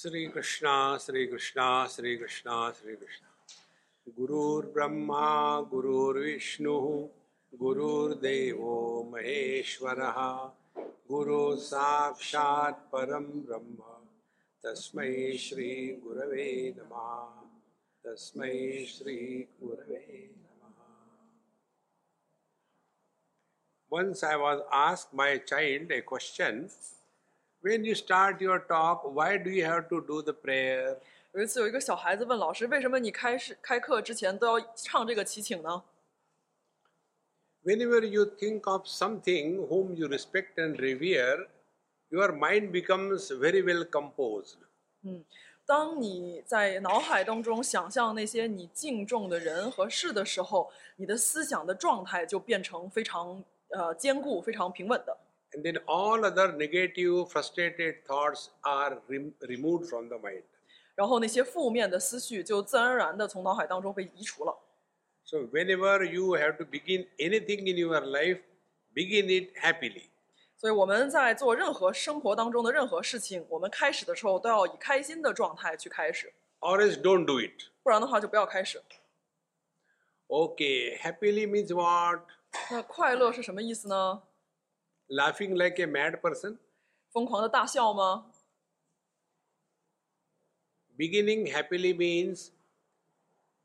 श्री कृष्णा श्री कृष्णा श्री कृष्णा श्री कृष्णा गुरुर्ब्रह्मा गुरुर्विष्णु गुरुर्देव महेश्वर गुरु साक्षात परम ब्रह्म तस्मै श्री गुरवे नमः तस्मै श्री गुरवे नमः Once I was asked my child a question when you start your talk, why do you have to do the prayer? 有一次，有一个小孩子问老师：“为什么你开始开课之前都要唱这个祈请呢 Whenever you think of something whom you respect and revere, your mind becomes very well composed.？” 当你在脑海当中想象那些你敬重的人和事的时候，你的思想的状态就变成非常呃坚固、非常平稳的。 And then all other negative, frustrated thoughts are rem- removed from the mind. 然后那些负面的思绪就自然而然的从脑海当中被移除了。 So, whenever you have to begin anything in your life, begin it happily. 所以我们在做任何生活当中的任何事情，我们开始的时候都要以开心的状态去开始， Or else, don't do it. 不然的话就不要开始。 Okay, happily means what? 那快乐是什么意思呢？ Laughing like a mad person? 疯狂的大笑吗？ beginning happily means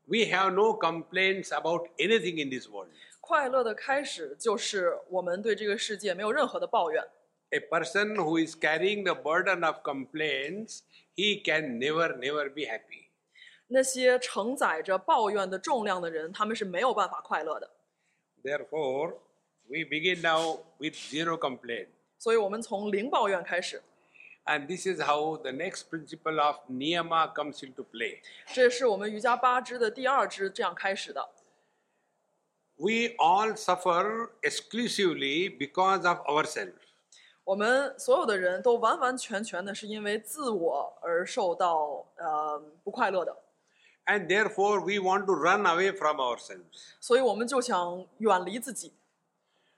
we have no complaints about anything in this world. 快乐的开始就是我们对这个世界没有任何的抱怨。 A person who is carrying the burden of complaints, he can never, never be happy. 那些承载着抱怨的重量的人，他们是没有办法快乐的。 Therefore, we begin now with zero complaint. 所以，我们从零抱怨开始， And this is how the next principle of niyama comes into play. 这是我们瑜伽八支的第二支这样开始的。 We all suffer exclusively because of ourselves. 我们所有的人都完完全全的是因为自我而受到呃不快乐的， And therefore, we want to run away from ourselves. 所以我们就想远离自己。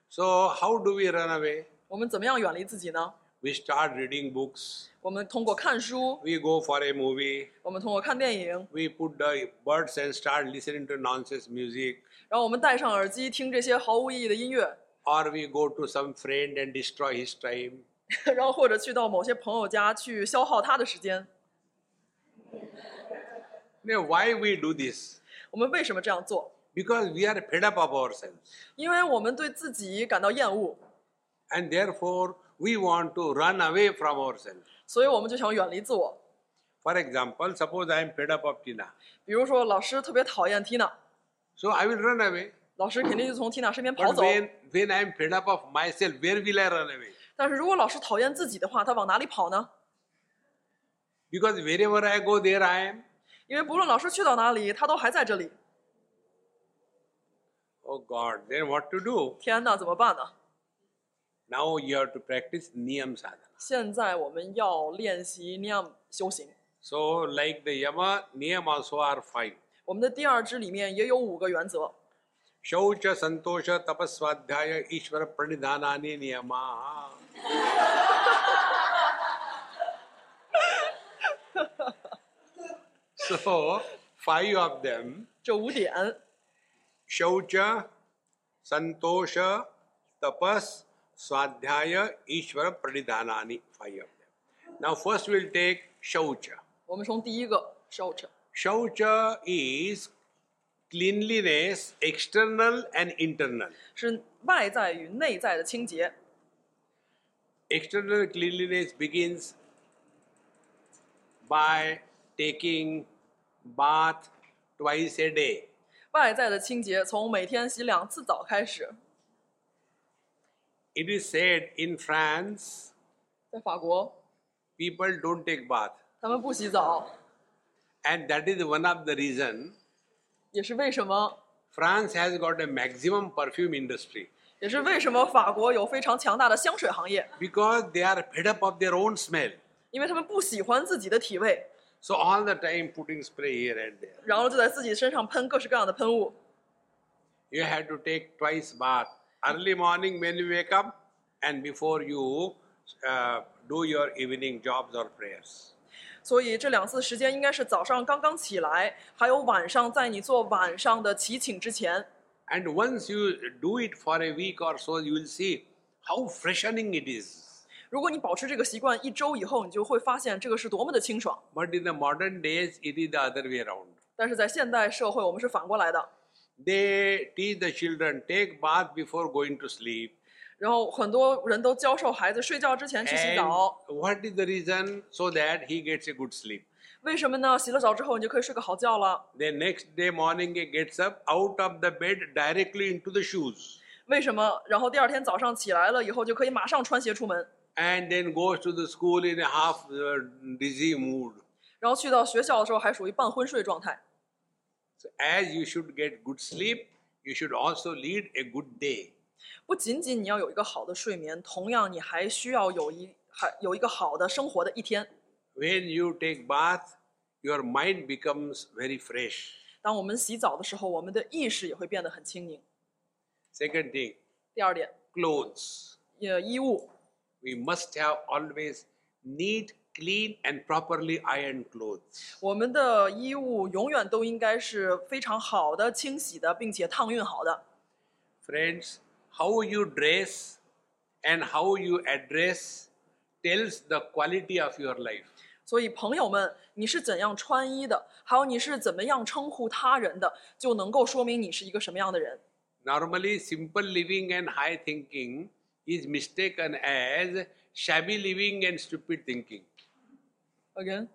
So, how do we run away? 我们怎么样远离自己呢？ we start reading books, 我们通过看书， we go for a movie, 我们通过看电影， we put the buds and start listening to nonsense music, 然后我们戴上耳机听这些毫无意义的音乐， or we go to some friend and destroy his time. 然后或者去到某些朋友家去消耗他的时间。 Now, why we do this? 我们为什么这样做？ Because we are fed up of ourselves, 因为我们对自己感到厌恶， and therefore we want to run away from ourselves. 所以我们就想远离自我。 For example, suppose I am fed up of Tina, 比如说，老师特别讨厌 Tina， so I will run away. 老师肯定就从 Tina 身边跑 But 走。 when when I am fed up of myself, where will I run away? 但是如果老师讨厌自己的话，他往哪里跑呢？ Because wherever I go, there I am. 因为不论老师去到哪里，他都还在这里。 Oh God, then what to do? 天哪，怎么办呢？ Now you have to practice niyam sadhana. 现在我们要练习 Niam 修行。 So, like the yama, niyam also are five. 我们的第二支里面也有五个原则： Shaucha, santosha, tapasvadhyaya, ishvara pranidhanani niyama. so, five of them. 这五点： Shaucha, santosha, tapas, swadhyaya, ishvara pranidhanani. Five of them. Now, first we'll take shaucha. 我们从第一个 Short。 Shaucha is cleanliness, external and internal. 是外在与内在的清洁。 External cleanliness begins by taking bath twice a day. 外在的清洁从每天洗两次澡开始。 It is said in France, 在法国， people don't take bath. 他们不洗澡， And that is one of the reason 也是为什么？ France has got a maximum perfume industry 也是为什么法国有非常强大的香水行业？ because they are fed up of their own smell. 因为他们不喜欢自己的体味， So all the time putting spray here and there. 然后就在自己身上喷各式各样的喷雾。 you had to take twice bath early morning when you wake up and before you uh, do your evening jobs or prayers 所以这两次时间应该是早上刚刚起来，还有晚上在你做晚上的祈请之前。 And once you do it for a week or so, you will see how freshening it is. 如果你保持这个习惯一周以后，你就会发现这个是多么的清爽。 But in the modern days, it is the other way around. 但是在现代社会，我们是反过来的。 They teach the children take bath before going to sleep. 然后很多人都教授孩子睡觉之前去洗 And 澡， what is the reason? So that he gets a good sleep. 为什么呢？洗了澡之后你就可以睡个好觉了， Then next day morning he gets up out of the bed directly into the shoes 为什么？然后第二天早上起来了以后就可以马上穿鞋出门， and then goes to the school in a half uh, dizzy mood. 然后去到学校的时候还属于半昏睡状态。 So as you should get good sleep, you should also lead a good day. 不仅仅你要有一个好的睡眠，同样你还需要有一还有一个好的生活的一天。 When you take bath, your mind becomes very fresh. 当我们洗澡的时候，我们的意识也会变得很轻盈。 Second thing, 第二点， clothes. 呃，衣物， We must have always neat, clean, and properly ironed clothes. 我们的衣物永远都应该是非常好的、清洗的，并且烫熨好的。 Friends, how you dress and how you address tells the quality of your life. 所以，朋友们，你是怎样穿衣的，还有你是怎么样称呼他人的，就能够说明你是一个什么样的人。 Normally, simple living and high thinking is mistaken as shabby living and stupid thinking. Again，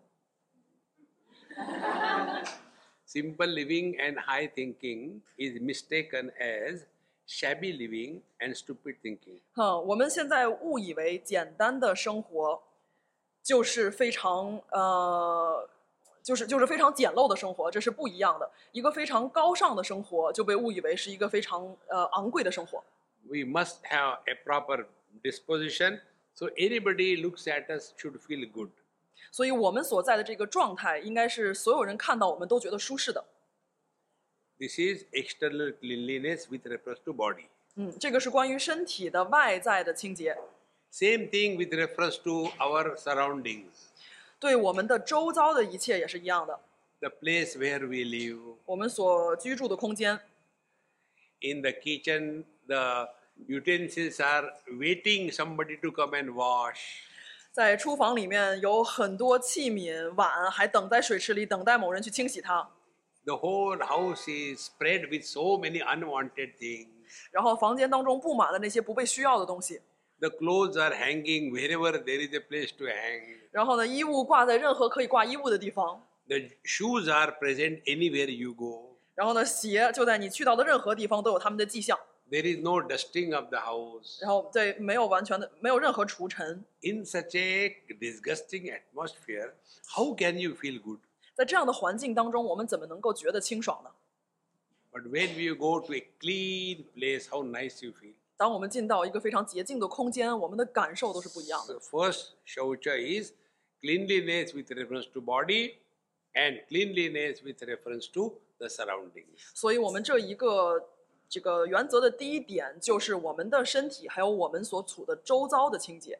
Simple living and high thinking is mistaken as shabby living and stupid thinking. 哈，我们现在误以为简单的生活就是非常呃，就是就是非常简陋的生活，这是不一样的。一个非常高尚的生活就被误以为是一个非常呃昂贵的生活。 We must have a proper disposition so anybody looks at us should feel good. 所以，我们所在的这个状态，应该是所有人看到我们都觉得舒适的。 This is external cleanliness with reference to body. 嗯，这个是关于身体的外在的清洁。 Same thing with reference to our surroundings, 对我们的周遭的一切也是一样的。 the place where we live, 我们所居住的空间， in the kitchen, the utensils are waiting somebody to come and wash. 在厨房里面有很多器皿、碗，还等在水池里，等待某人去清洗它。 The whole house is spread with so many unwanted things. 然后房间当中布满了那些不被需要的东西。 The clothes are hanging wherever there is a place to hang. 然后呢，衣物挂在任何可以挂衣物的地方。 The shoes are present anywhere you go. 然后呢，鞋就在你去到的任何地方都有它们的迹象。 There is no dusting of the house. 然后对，没有完全的，没有任何除尘。 In such a disgusting atmosphere, how can you feel good? 在这样的环境当中，我们怎么能够觉得清爽呢？ But when you go to a clean place, how nice you feel. 当我们进到一个非常洁净的空间，我们的感受都是不一样的。 The first shaucha is cleanliness with reference to body and cleanliness with reference to the surroundings. 所以我们这一个这个原则的第一点就是我们的身体还有我们所处的周遭的清洁。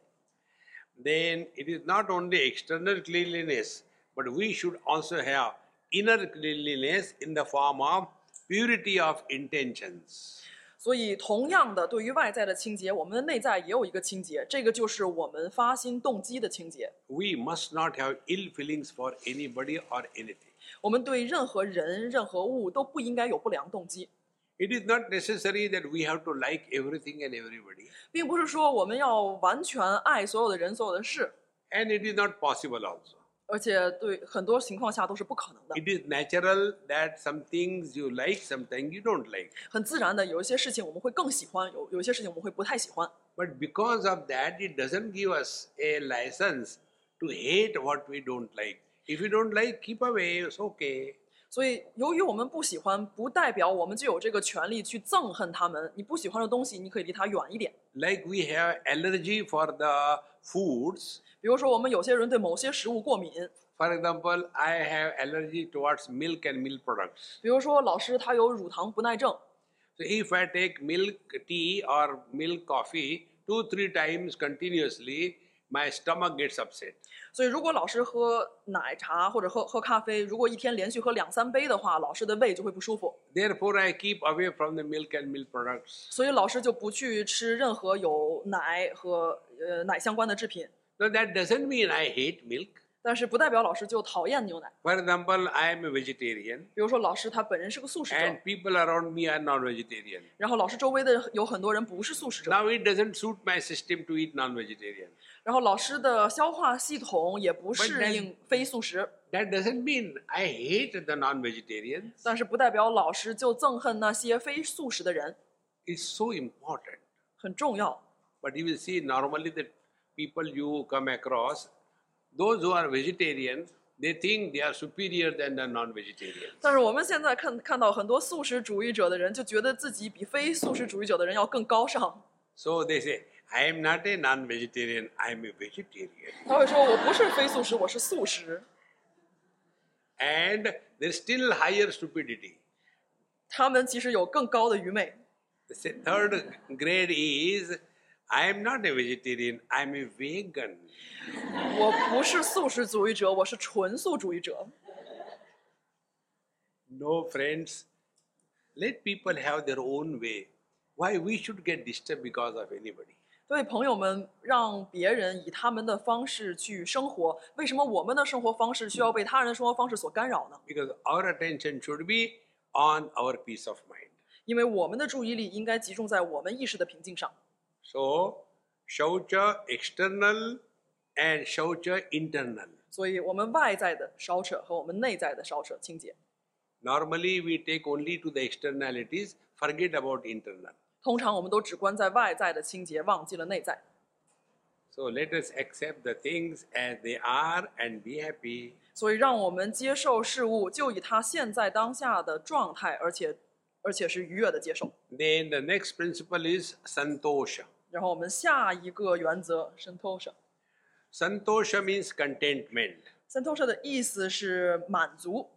Then it is not only external cleanliness, but we should also have inner cleanliness in the form of purity of intentions. 所以，同样的，对于外在的清洁，我们的内在也有一个清洁，这个就是我们发心动机的清洁。 we must not have ill feelings for anybody or anything. 我们对任何人、任何物都不应该有不良动机， It is not necessary that we have to like everything and everybody, 并不是说我们要完全爱所有的人、所有的事， and it is not possible also. 而且对很多情况下都是不可能的。 It is natural that some things you like, sometimes you don't like. 很自然的，有一些事情我们会更喜欢，有有一些事情我们会不太喜欢。 But because of that, it doesn't give us a license to hate what we don't like. If you don't like, keep away, it's okay. 所以，由于我们不喜欢，不代表我们就有这个权利去憎恨他们。你不喜欢的东西，你可以离它远一点。 Like we have allergy for the foods. 比如说，我们有些人对某些食物过敏， For example, I have allergy towards milk and milk products. 比如说老师他有乳糖不耐症， So if I take milk tea or milk coffee two, three times continuously, my stomach gets upset. 所以，如果老师喝奶茶或者喝喝咖啡，如果一天连续喝两三杯的话，老师的胃就会不舒服。 Therefore, I keep away from the milk and milk products. 所以，老师就不去吃任何有奶和呃奶相关的制品。 Now, that doesn't mean I hate milk. 但是，不代表老师就讨厌牛奶。 For example, I am a vegetarian 比如说，老师他本人是个素食者 and，people around me are non vegetarian. 然后老师周围的有很多人不是素食者， Now, it doesn't suit my system to eat non vegetarian. 然后老师的消化系统也不 But 适 then- 应非素食。 That doesn't mean I hate the non vegetarians. 但是不代表老师就憎恨那些非素食的人， It's so important. 很重要。 But you will see normally the people you come across, those who are vegetarian, they think they are superior than the non vegetarian. 但是我们现在看看到很多素食主义者的人，就觉得自己比非素食主义者的人要更高尚。 So they say, I am not a non vegetarian, I am a vegetarian. 他会说：“我不是非素食，我是素食。 And there's still higher stupidity. ”他们其实有更高的愚昧。 The se- third grade is, I am not a vegetarian, I am a vegan. 我不是素食主义者，我是纯素主义者。 No, friends, let people have their own way. Why we should get disturbed because of anybody? 所以，朋友们，让别人以他们的方式去生活，为什么我们的生活方式需要被他人的生活方式所干扰呢？ Because our attention should be on our peace of mind. 因为我们的注意力应该集中在我们意识的平静上。 So, shaucha external and shaucha internal. 所以我们外在的烧扯和我们内在的烧扯清洁， Normally, we take only to the externalities, forget about internal. 通常我们都只关在外在的清洁，忘记了内在。 So, let us accept the things as they are and be happy. 所以，让我们接受事物，就以它现在当下的状态，而且而且是愉悦的接受。 Then, the next principle is santosha. 然后我们下一个原则 santosha。 Santosha means contentment. santosha 的意思是满足，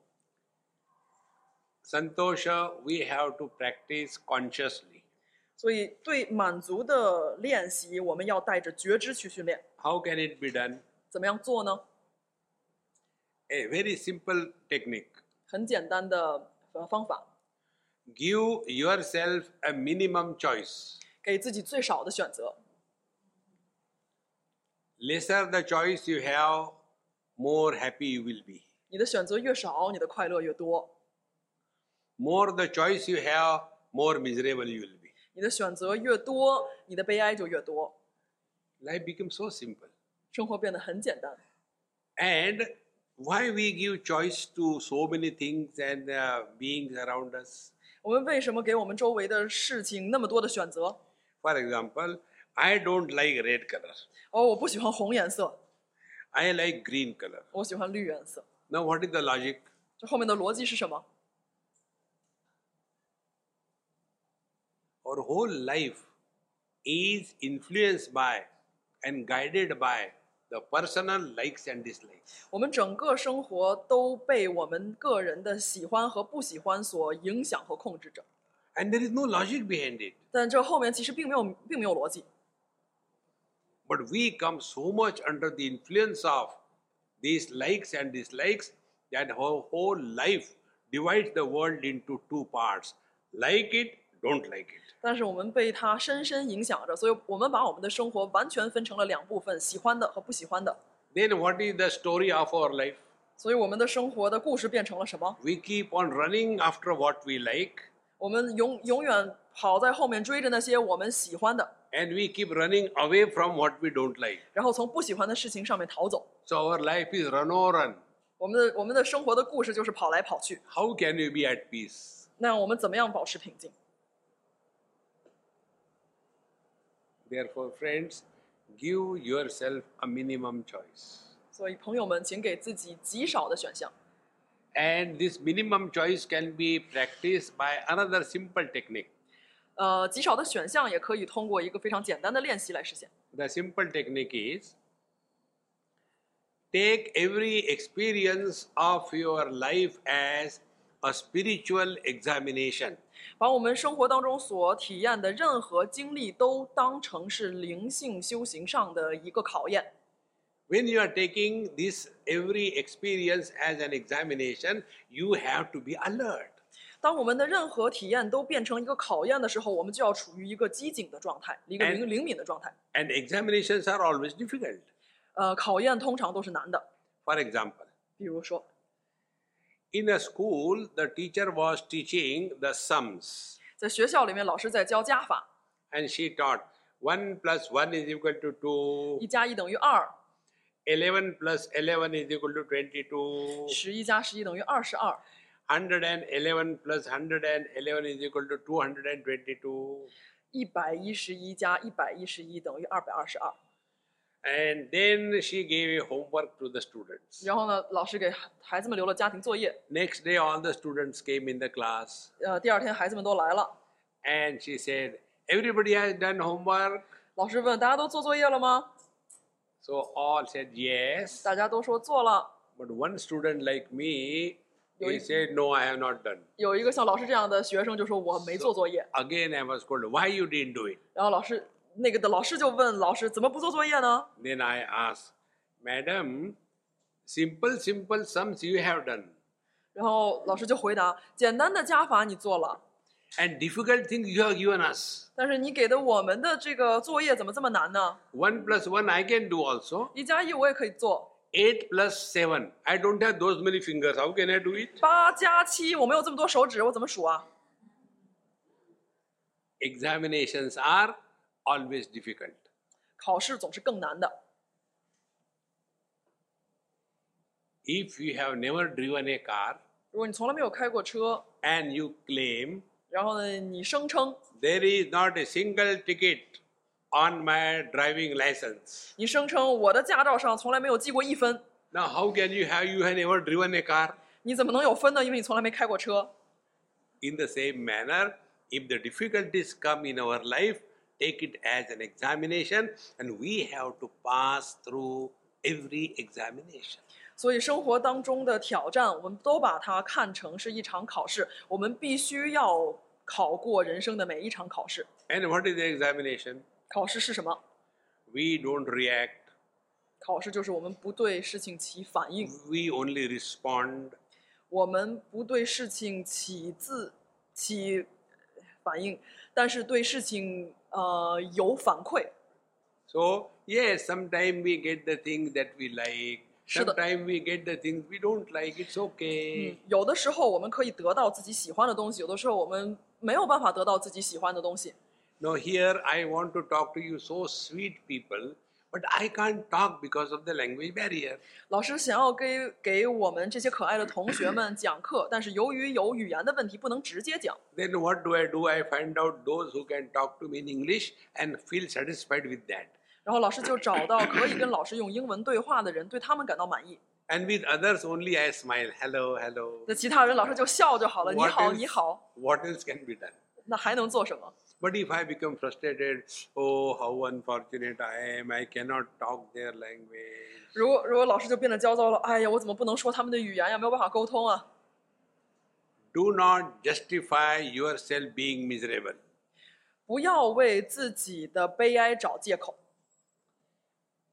Santosha, we have to practice consciously. 所以对满足的练习，我们要带着觉知去训练。 How can it be done? 怎么样做呢？ A very simple technique. 很简单的呃方法， Give yourself a minimum choice. 给自己最少的选择。 Lesser the choice you have, more happy you will be. 你的选择越少，你的快乐越多。 More the choice you have, more miserable you will be. 你的选择越多，你的悲哀就越多， Life becomes so simple. 生活变得很简单。 And why we give choice to so many things and uh, beings around us? 我们为什么给我们周围的事情那么多的选择？ For example, I don't like red color. 哦，我不喜欢红颜色， I like green color. 我喜欢绿颜色。 Now, what is the logic? 这后面的逻辑是什么？ Our whole life is influenced by and guided by the personal likes and dislikes. 我们整个生活都被我们个人的喜欢和不喜欢所影响和控制着， And there is no logic behind it. 但这后面其实并没有并没有逻辑。 But we come so much under the influence of these likes and dislikes that our whole life divides the world into two parts like it, don't like it. 但是我们被它深深影响着，所以我们把我们的生活完全分成了两部分：喜欢的和不喜欢的。 Then, what is the story of our life? 所以我们的生活的故事变成了什么？ We keep on running after what we like, 我们永永远跑在后面追着那些我们喜欢的， and we keep running away from what we don't like. 然后从不喜欢的事情上面逃走。 So, our life is run or run. 我们的我们的生活的故事就是跑来跑去。 How can you be at peace? 那我们怎么样保持平静？ Therefore, friends, give yourself a minimum choice. 所以朋友们，请给自己极少的选项。 And this minimum choice can be practiced by another simple technique. 呃，极少的选项也可以通过一个非常简单的练习来实现。 The simple technique is take every experience of your life as a spiritual examination. 把我们生活当中所体验的任何经历都当成是灵性修行上的一个考验。 When you are taking this every experience as an examination, you have to be alert. 当我们的任何体验都变成一个考验的时候，我们就要处于一个机警的状态，一个 And- 灵灵敏的状态。 And examinations are always difficult. 呃，考验通常都是难的， For example, 比如说， in a school, the teacher was teaching the sums, 在学校里面，老师在教加法， and she taught 1 plus 1 is equal to 2, 一加一等于二， 11 plus 11 is equal to 22, 十一加十一等于二十二， 111 plus 111 is equal to 222. 一百一十一加一百一十一等于二百二十二。 And then she gave a homework to the students. 然后呢，老师给孩子们留了家庭作业。 Next day, all the students came in the class 呃，第二天孩子们都来了， and she said, Everybody has done homework. 老师问大家都做作业了吗？ So all said yes. 大家都说做了。 But one student like me, he Yes. said, No, I have not done. 有一个像老师这样的学生就说我没做作业， Again, I was called, Why you didn't do it? 然后老师那个的老师就问老师怎么不做作业呢？ Then I asked, Madam, simple, simple sums you have done. 然后老师就回答简单的加法你做了， And difficult things you have given us. 但是你给的我们的这个作业怎么这么难呢？ 1 plus 1 I can do also. 一加一我也可以做， 8 plus 7. I don't have those many fingers. How can I do it? 八加七我没有这么多手指，我怎么数啊？ Examinations are always difficult. 考试总是更难的。 If you have never driven a car 如果你从来没有开过车， and you claim 然后呢，你声称 there is not a single ticket on my driving license. 你声称我的驾照上从来没有记过一分， Now, how can you have you have never driven a car? 你怎么能有分呢？因为你从来没开过车。 In the same manner, if the difficulties come in our life, take it as an examination, and we have to pass through every examination. 所以生活当中的挑战，我们都把它看成是一场考试，我们必须要考过人生的每一场考试。 And what is the examination? 考试是什么？ We don't react, 考试就是我们不对事情起反应， we only respond. 我们不对事情起自起反应，但是对事情呃有反馈。 So, yes, sometimes we get the things that we like, 是的。 sometimes we get the things we don't like, it's okay. 嗯，有的时候我们可以得到自己喜欢的东西，有的时候我们没有办法得到自己喜欢的东西。 Now, here I want to talk to you, so sweet people, but I can't talk because of the language barrier. 老师想要给给我们这些可爱的同学们讲课，但是由于有语言的问题，不能直接讲。 Then, what do I do? I find out those who can talk to me in English and feel satisfied with that. 然后老师就找到可以跟老师用英文对话的人，对他们感到满意。 And with others only, I smile, hello, hello. 那其他人老师就笑就好了，你 What 好， else- 你好， What else can be done? 那还能做什么？ But if I become frustrated, oh, how unfortunate I am, I cannot talk their language. 如果如果老师就变得焦躁了，哎呀，我怎么不能说他们的语言呀？没有办法沟通啊！ Do not justify yourself being miserable. 不要为自己的悲哀找借口。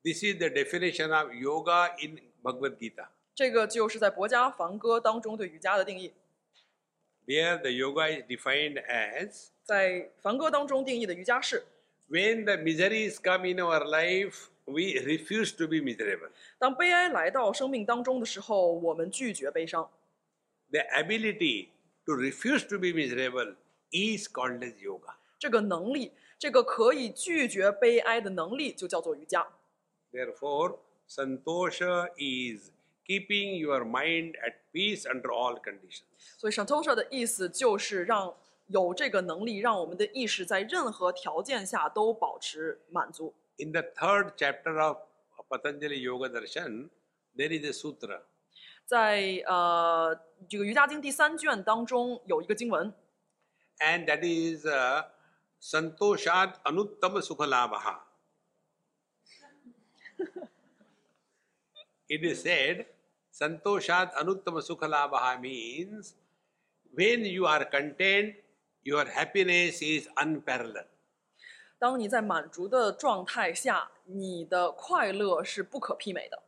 This is the definition of yoga in Bhagavad Gita. 这个就是在博家梵歌当中对瑜伽的定义， There, the yoga is defined as 在梵歌当中定义的瑜伽是： when the miseries come in our life, we refuse to be miserable. 当悲哀来到生命当中的时候，我们拒绝悲伤。 The ability to refuse to be miserable is called as yoga. 这个能力，这个可以拒绝悲哀的能力，就叫做瑜伽。 Therefore, santosha is keeping your mind at peace under all conditions. 所以 Shantosha 的意思就是让有这个能力，让我们的意识在任何条件下都保持满足。 In the third chapter of Patanjali Yoga Darshan, there is a sutra. 在呃这个瑜伽经第三卷当中有一个经文， and that is uh, santoshat anuttama sukhalabha. it is said, santoshat anuttama sukhalabha means when you are content, your happiness is unparalleled. 当你在满足的状态下，你的快乐是不可媲美的。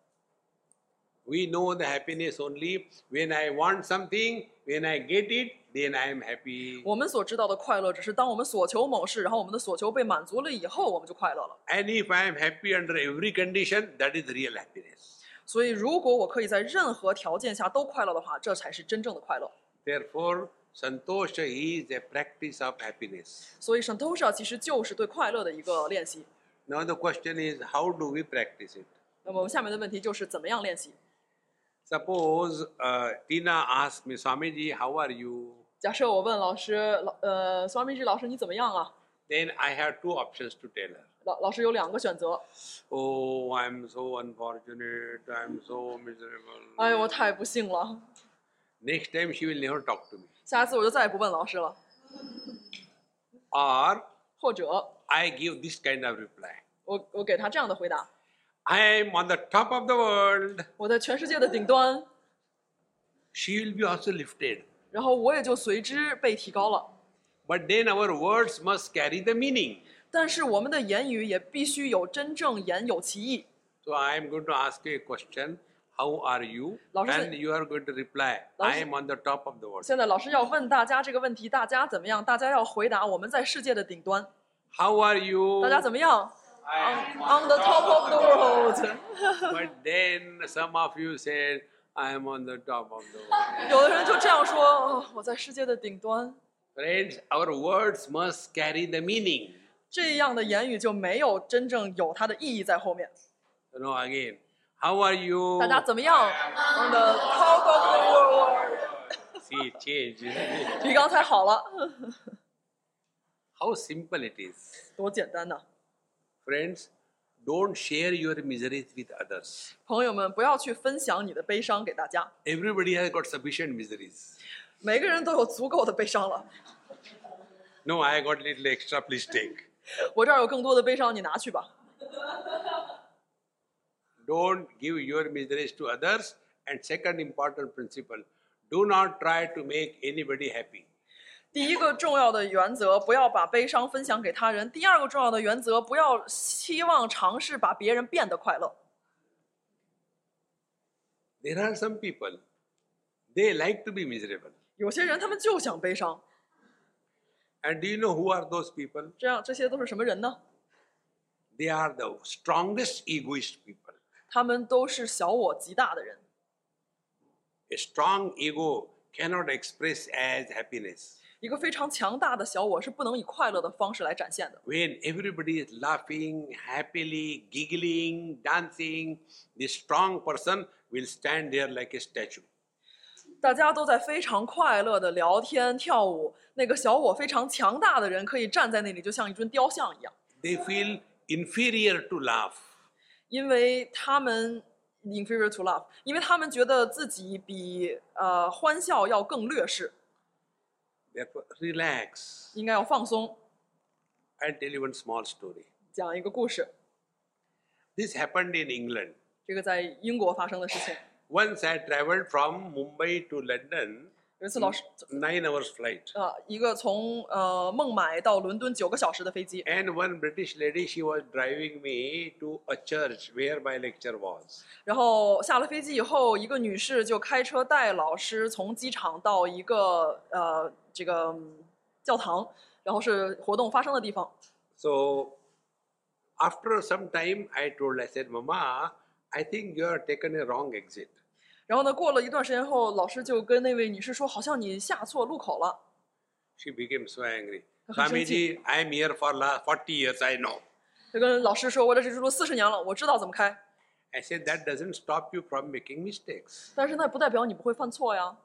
We know the happiness only when I want something, when I get it, then I am happy. 我们所知道的快乐，只是当我们所求某事，然后我们的所求被满足了以后，我们就快乐了。 And if I am happy under every condition, that is real happiness. 所以，如果我可以在任何条件下都快乐的话，这才是真正的快乐。 Therefore, Santosha is a practice of happiness. 所以，Santosha 其实就是对快乐的一个练习。 Now the question is, how do we practice it? 那么，我们下面的问题就是怎么样练习？ Suppose uh, Tina asks me, Swamiji, how are you? 假设我问老师，老呃，Swamiji 老师你怎么样啊？ Then I have two options to tell her. 老老师有两个选择， Oh, I'm so unfortunate. I'm so miserable. 哎呦，我太不幸了， Next time she will never talk to me. 下一次我就再也不问老师了。 Or 或者 I give this kind of reply. 我我给他这样的回答： I am on the top of the world. 我在全世界的顶端， She will be also lifted. 然后我也就随之被提高了。 But then our words must carry the meaning. 但是我们的言语也必须有真正言有其意。 So I am going to ask you a question. How are you? 老师- and you are going to reply, 老师- I am on the top of the world. 现在老师要问大家这个问题，大家怎么样？大家要回答我们在世界的顶端， How are you? 大家怎么样 I ？On the top of the world。 am- But then some of you said, I am on the top of the world. 有的人就这样说：“哦，我在世界的顶端。 Friends, our words must carry the meaning. ”这样的言语就没有真正有它的意义在后面。 You know, again, how are you? 大家怎么样？On the top of the world。 See, it changed. isn't it? 比刚才好了， How simple it is. 多简单呐！ Friends, don't share your miseries with others. 朋友们，不要去分享你的悲伤给大家， Everybody has got sufficient miseries. 每个人都有足够的悲伤了。 No, I got little extra, please take. 我这儿有更多的悲伤，你拿去吧。 Don't give your miseries to others. And second important principle, do not try to make anybody happy. 第一个重要的原则，不要把悲伤分享给他人；第二个重要的原则，不要期望尝试把别人变得快乐。 There are some people, they like to be miserable. 有些人他们就想悲伤， And do you know who are those people? 这样这些都是什么人呢？ They are the strongest egoist people. 他们都是小我极大的人。 A strong ego cannot express as happiness. 一个非常强大的小我是不能以快乐的方式来展现的。 When everybody is laughing, happily, giggling, dancing, the strong person will stand there like a statue. 大家都在非常快乐的聊天跳舞，那个小我非常强大的人可以站在那里，就像一尊雕像一样， They feel inferior to laugh. 因为他们 inferior to love，因为他们觉得自己比呃欢笑要更劣势， Therefore, relax. 应该要放松。 I'll tell you one small story. 讲一个故事， This happened in England. 这个在英国发生的事情。 Once I traveled from Mumbai to London, 有一次，老师 nine hours flight. 呃，一个从呃孟买到伦敦九个小时的飞机， And one British lady, she was driving me to a church where my lecture was. 然后下了飞机以后，一个女士就开车带老师从机场到一个呃这个嗯教堂，然后是活动发生的地方。 So after some time, I told, I said, Mama, I think you have taken a wrong exit. 然后呢，过了一段时间后，老师就跟那位女士说：“好像你下错路口了。 She became so angry. Okay, Swamiji, I am here for last 40 years, I know. ”就跟老师说：“我在这住四十年了，我知道怎么开， I said, that doesn't stop you from making mistakes. 但是那不代表你不会犯错呀。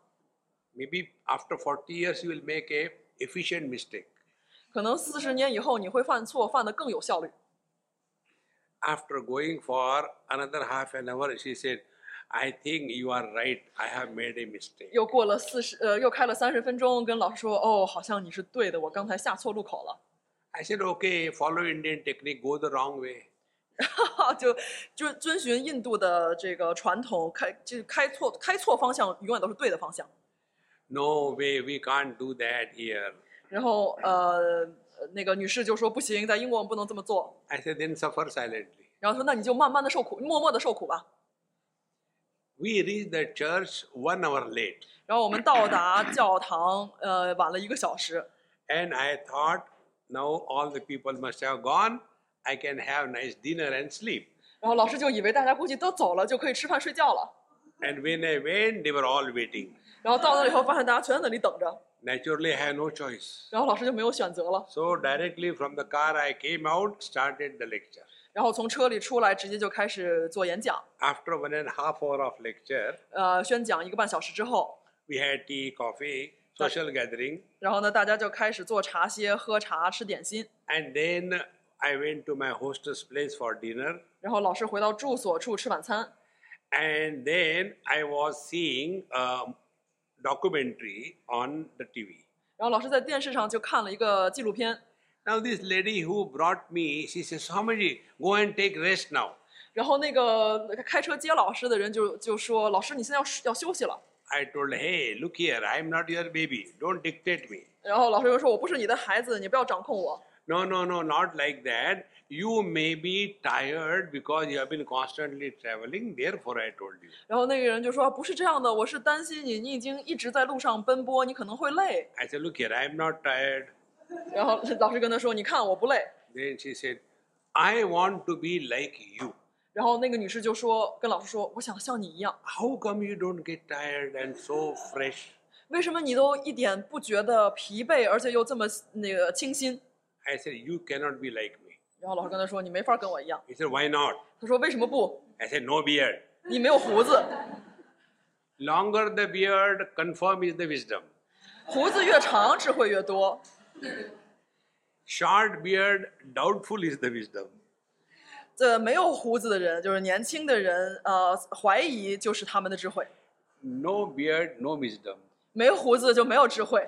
Maybe after 40 years, you will make a efficient mistake. 可能四十年以后你会犯错，犯得更有效率。 After going for another half an hour, she said, I think you are right. I have made a ” mistake. 又过了四十，呃，又开了三十分钟，跟老师说：“哦，好像你是对的，我刚才下错路口了。” I said, okay, follow Indian technique, go the wrong way. 就就遵循印度的这个传统，开就是开错开错方向永远都是对的方向。 No way, we can't do that here. 然后呃呃那个女士就说不行，在英国我们不能这么做。 I said, then suffer silently. 然后说那你就慢慢的受苦，默默的受苦吧。 We reached the church one hour late, 然后我们到达教堂，呃，晚了一个小时。 and I thought, now all the people must have gone. I can have nice dinner and sleep. 然后老师就以为大家估计都走了，就可以吃饭睡觉了。 And when I went, they were all waiting. 然后到那以后，发现大家全在那里等着， Naturally, I had no choice. 然后老师就没有选择了。 So directly from the car, I came out, started the lecture. 然后从车里出来，直接就开始做演讲， After one and a half hour of lecture, 呃，宣讲一个半小时之后， we had tea, coffee, social gathering, 然后呢，大家就开始做茶歇、喝茶、吃点心。 and then I went to my hostess' place for dinner. 然后老师回到住所处吃晚餐， And then I was seeing a documentary on the TV. 然后老师在电视上就看了一个纪录片， Now this lady who brought me, she says, Swamiji, go and take rest now. 然后那个开车接老师的人就就说：“老师，你现在要睡要休息了。 I told, hey, look here, I'm not your baby. Don't dictate me. ”然后老师又说：“我不是你的孩子，你不要掌控我。 No, no, no, not like that. You may be tired because you have been constantly traveling. Therefore, I told you. ”然后那个人就说：“不是这样的，我是担心你，你已经一直在路上奔波，你可能会累。 I said, look here, I'm not tired. ”然后老师跟他说：“你看我不累。 Then she said, I want to be like you. ”然后那个女士就说：“跟老师说，我想像你一样， How come you don't get tired and so fresh? 为什么你都一点不觉得疲惫，而且又这么那个清新 I said, You cannot be like me.？” 然后老师跟他说：“你没法跟我一样。 He said, Why not? ”他说：“为什么不？ I said, No beard. 你没有胡子， Longer the beard, confirm is the wisdom. 胡子越长智慧越多， Short beard, doubtful is the wisdom. 这没有胡子的人，就是年轻的人，呃，怀疑就是他们的智慧。 No beard, no wisdom. 没胡子就没有智慧。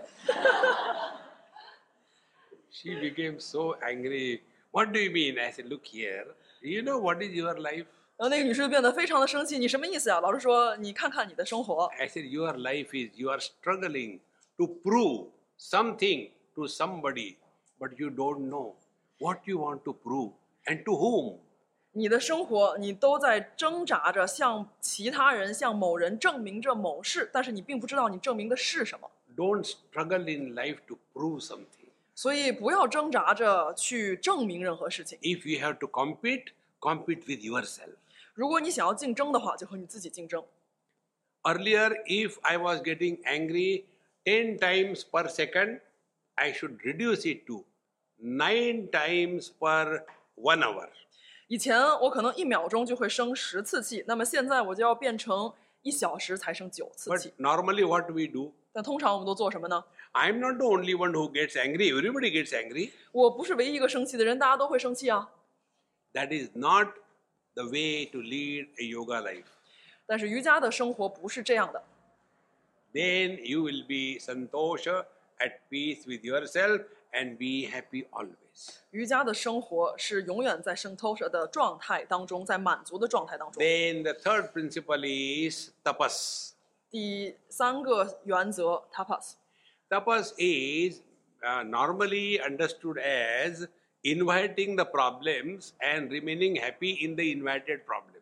She became so angry. What do you mean? I said, Look here. You know what is your life? 然后那个女士就变得非常的生气，你什么意思啊？老师说，你看看你的生活， I said, Your life is you are struggling to prove something to somebody, but you don't know what you want to prove and to whom. 你的生活，你都在挣扎着向其他人、向某人证明着某事，但是你并不知道你证明的是什么。 Don't struggle in life to prove something. 所以不要挣扎着去证明任何事情。 If you have to compete, compete with yourself. 如果你想要竞争的话，就和你自己竞争。 Earlier, if I was getting angry 10 times per second, I should reduce it to 9 times per 1 hour. 以前我可能一秒钟就会生十次气，那么现在我就要变成一小时才生九次 But 气。 normally, what do we do? 但通常我们都做什么呢？ I'm not the only one who gets angry. Everybody gets angry. 我不是唯一一个生气的人，大家都会生气啊。 That is not the way to lead a yoga life. 但是瑜伽的生活不是这样的， Then you will be santosha, at peace with yourself, and be happy always. 瑜伽的生活是永远在圣透舍的状态当中，在满足的状态当中。 Then the third principle is tapas. 第三个原则 tapas， Tapas is uh, normally understood as inviting the problems and remaining happy in the invited problems.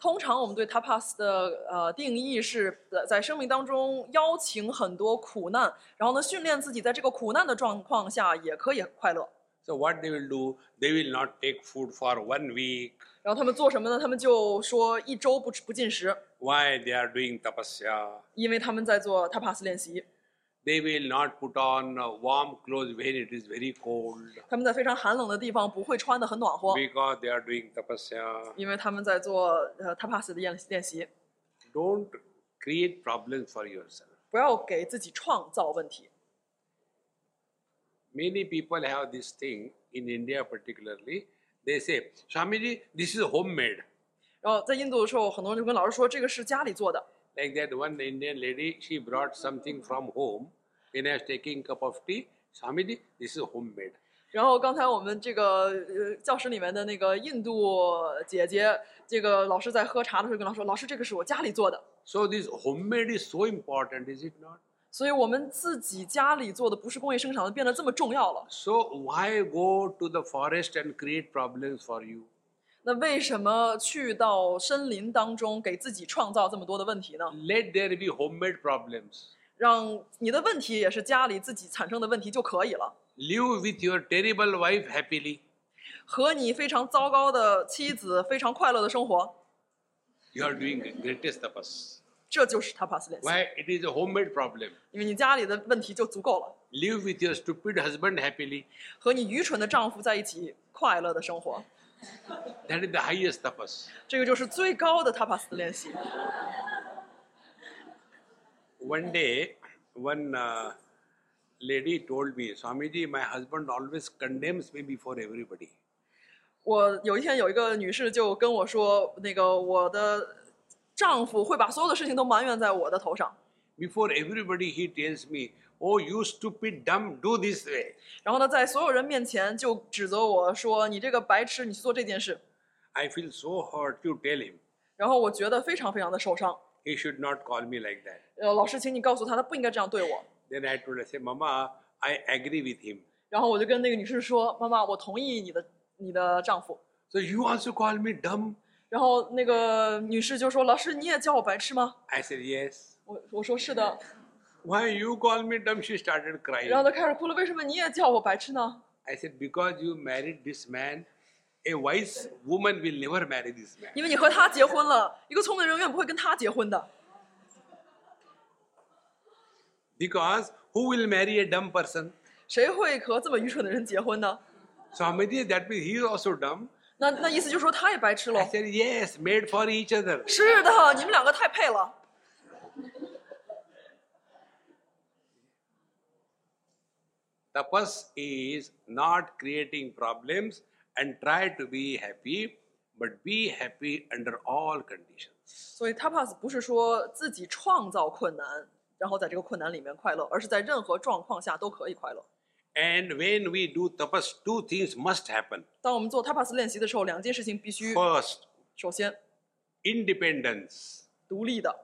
通常我们对 tapas 的呃定义是呃在生命当中邀请很多苦难，然后呢训练自己在这个苦难的状况下也可以快乐。 So what they will do, they will not take food for one week. 然后他们做什么呢？他们就说一周不吃不进食， Why they are doing tapasya? 因为他们在做 tapas 练习。 They will not put on uh, warm clothes when it is very cold 他们在非常寒冷的地方不会穿得很暖和， because they are doing tapasya. 因为他们在做呃 tapas 的练练习。 Don't create problems for yourself. 不要给自己创造问题。 many people have this thing in India, particularly. They say, Swamiji, this is homemade. 然后在印度的时候，很多人就跟老师说这个是家里做的。 Like that one Indian lady, she brought something from home. When I was taking cup of tea, Swamiji, this is homemade. 然后刚才我们这个呃教室里面的那个印度姐姐，这个老师在喝茶的时候跟老师说，老师这个是我家里做的。 So this homemade is so important, is it not? 所以我们自己家里做的不是工业生产的变得这么重要了。 So why go to the forest and create problems for you? 那为什么去到森林当中给自己创造这么多的问题呢？ Let there be homemade problems. 让你的问题也是家里自己产生的问题就可以了。 Live with your terrible wife happily. 和你非常糟糕的妻子非常快乐的生活， You are doing greatest tapas. 这就是 tapas list。 Why? It is a homemade problem. 因为你家里的问题就足够了。 Live with your stupid husband happily. 和你愚蠢的丈夫在一起快乐的生活， That is the highest tapas. 这个就是最高的 tapas 的练习。 One day, one uh, lady told me, Swamiji, my husband always condemns me before everybody. 我有一天有一个女士就跟我说，那个我的丈夫会把所有的事情都埋怨在我的头上， Before everybody, he tells me, Oh, you stupid dumb, do this way. 然后呢，在所有人面前就指责我说你这个白痴，你去做这件事， I feel so hurt. You tell him. 然后我觉得非常非常的受伤。 He should not call me like that. 呃，老师，请你告诉他，他不应该这样对我。 Then I told her, say, Mama, I agree with him. 然后我就跟那个女士说：“妈妈，我同意你的你的丈夫。 So you also call me dumb? ”然后那个女士就说：“老师，你也叫我白痴吗 I said, Yes.？” 我我说：“是的。 Why you call me dumb? She started ” crying. 然后她开始哭了：“为什么你也叫我白痴呢 I said, Because you married this man, a wise woman will never marry this man.？” 因为你和他结婚了，一个聪明人永远不会跟他结婚的。 Because who will marry a dumb person? 谁会和这么愚蠢的人结婚呢？ Swamiji, that means he is also dumb. 那那意思就是说他也白痴喽 I。said, Yes, made for each other. 是的，你们两个太配了。 Tapas is not creating problems and try to be happy, but be happy under all conditions. 所以 tapas 不是说自己创造困难，然后在这个困难里面快乐，而是在任何状况下都可以快乐。 And when we do tapas, two things must happen. 当我们做 tapas 练习的时候，两件事情必须： First, 首先， independence. 独立的，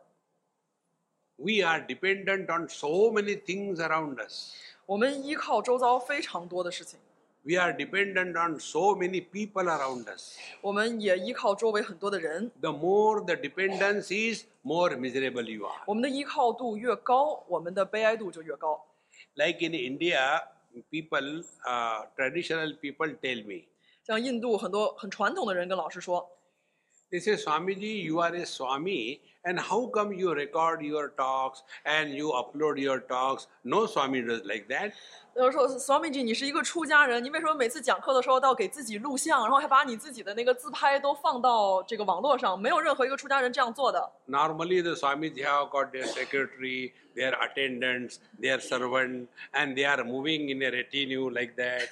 We are dependent on so many things around us. 我们依靠周遭非常多的事情， We are dependent on so many people around us. 我们也依靠周围很多的人， The more the dependence is, more miserable you are. 我们的依靠度越高，我们的悲哀度就越高。 Like in India, people, uh, traditional people tell me, 像印度很多很传统的人跟老师说， They say, Swamiji, you are a Swami, and how come you record your talks and you upload your talks? No Swami does like that. 他说：“Swamiji，你是一个出家人，你为什么每次讲课的时候都要给自己录像，然后还把你自己的那个自拍都放到这个网络上？没有任何一个出家人这样做的。 Normally, the Swamiji have got their secretary, their attendants, their servant, and they are moving in a retinue like that.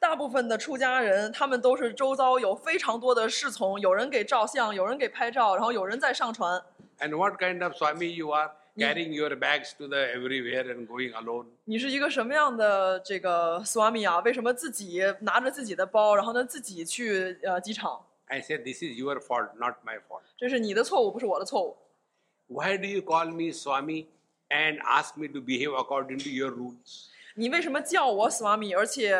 大部分的出家人，他们都是周遭有非常多的侍从，有人给照相，有人给拍照，然后有人在上传。 and what kind of Swami you are? Carrying your bags to the everywhere and going alone. 你是一个什么样的这个 Swami 啊？为什么自己拿着自己的包，然后呢自己去呃机场？ I said, This is your fault, not my fault. 这是你的错误，不是我的错误。 Why do you call me Swami and ask me to behave according to your rules? 你为什么叫我 Swami？而且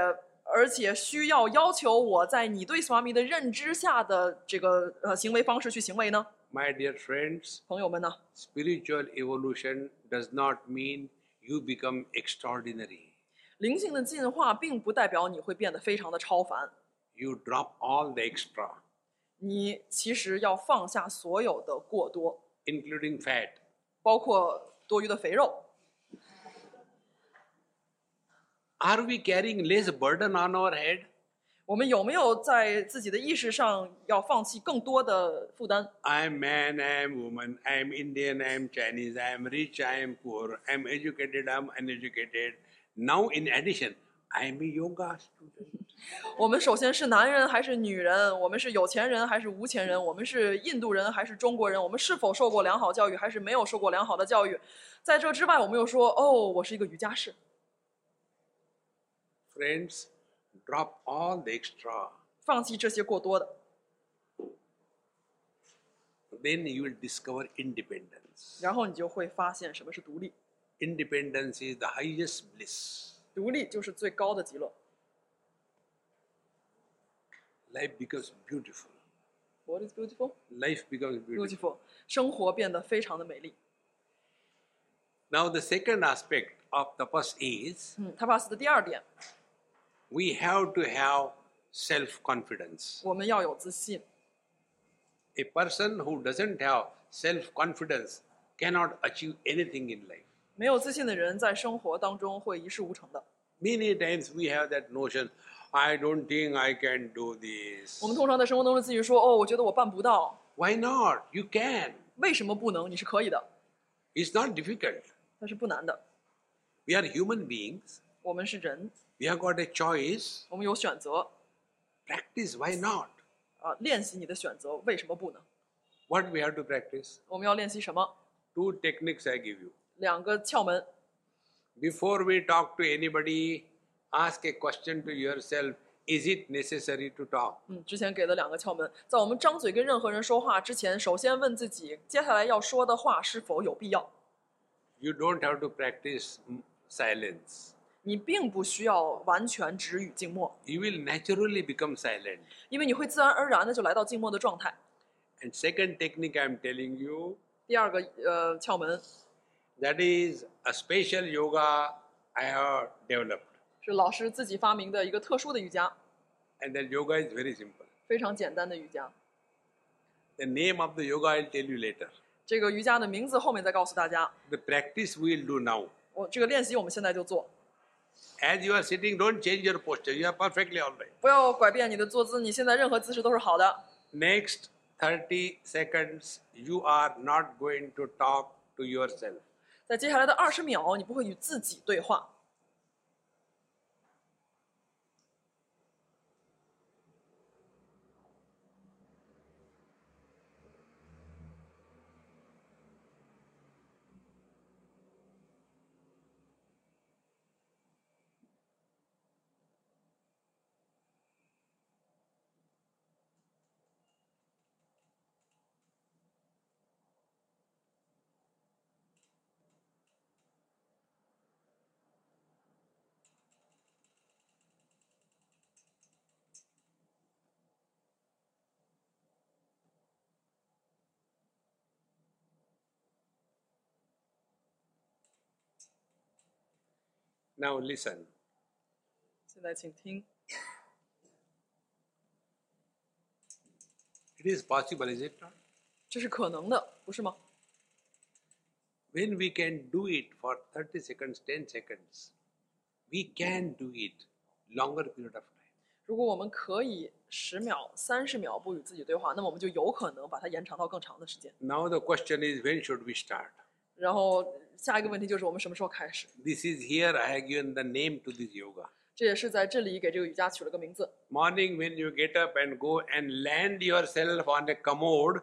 而且需要要求我在你对 Swami 的认知下的这个呃行为方式去行为呢？ My dear friends, 朋友们呢？ spiritual evolution does not mean you become extraordinary. 灵性的进化并不代表你会变得非常的超凡， You drop all the extra, 你其实要放下所有的过多， including fat. 包括多余的肥肉。 Are we carrying less burden on our head? 我们有没有在自己的意识上要放弃更多的负担？ I am man, I am woman, I am Indian, I am Chinese, I am rich, I am poor, I am educated, I am uneducated. Now, in addition, I am a yoga student. 我们首先是男人还是女人？我们是有钱人还是无钱人？我们是印度人还是中国人？我们是否受过良好教育还是没有受过良好的教育？在这之外，我们又说哦，我是一个瑜伽士。 Friends, drop all the extra. 放弃这些过多的， Then you will discover independence. 然后你就会发现什么是独立。 Independence is the highest bliss. 独立就是最高的极乐， Life becomes beautiful. What is beautiful? Life becomes beautiful. Beautiful，生活变得非常的美丽。 Now, the second aspect of tapas is 嗯，tapas 的第二点， we have to have self confidence. 我们要有自信。 A person who doesn't have self confidence cannot achieve anything in life. 没有自信的人在生活当中会一事无成的。 Many times we have that notion I don't think I can do this. 我们通常在生活当中自己说：“哦，我觉得我办不到， Why not? You can. 为什么不能？你是可以的， It's not difficult. 它是不难的。 We are human beings. 我们是人， We have got a choice. 我们有选择 Practice. Why not? 啊、练习你的选择，为什么不呢？ What we have to practice? 我们要练习什么？ Two techniques I give you. 两个窍门。 Before we talk to anybody, ask a question to yourself Is it necessary to talk? 嗯，之前给的两个窍门，在我们张嘴跟任何人说话之前，首先问自己，接下来要说的话是否有必要。 You don't have to practice mm, silence. 你并不需要完全止语静默， You will naturally become silent. 因为你会自然而然的就来到静默的状态。 And second technique I'm telling you 第二个呃窍门 that is a special yoga I have developed. 是老师自己发明的一个特殊的瑜伽， And that yoga is very simple. 非常简单的瑜伽。 The name of the yoga I'll tell you later. 这个瑜伽的名字后面再告诉大家。 The practice we'll do now. 我这个练习我们现在就做， As you are sitting, don't change your posture. You are perfectly all right. 不要拐变你的坐姿，你现在任何姿势都是好的。 Next 30 seconds, you are not going to talk to yourself. 在接下来的二十秒，你不会与自己对话， Now listen. 现在请听， It is possible, is it not? 这是可能的，不是吗？ When we can do it for 30 seconds, 10 seconds, we can do it longer period of time. 如果我们可以十秒、三十秒不与自己对话，那么我们就有可能把它延长到更长的时间。 Now the question is when should we start? 然后下一个问题就是我们什么时候开始？ This is here I have given the name to this yoga. 这也是在这里给这个瑜伽取了个名字。 Morning when you get up and go and land yourself on a commode.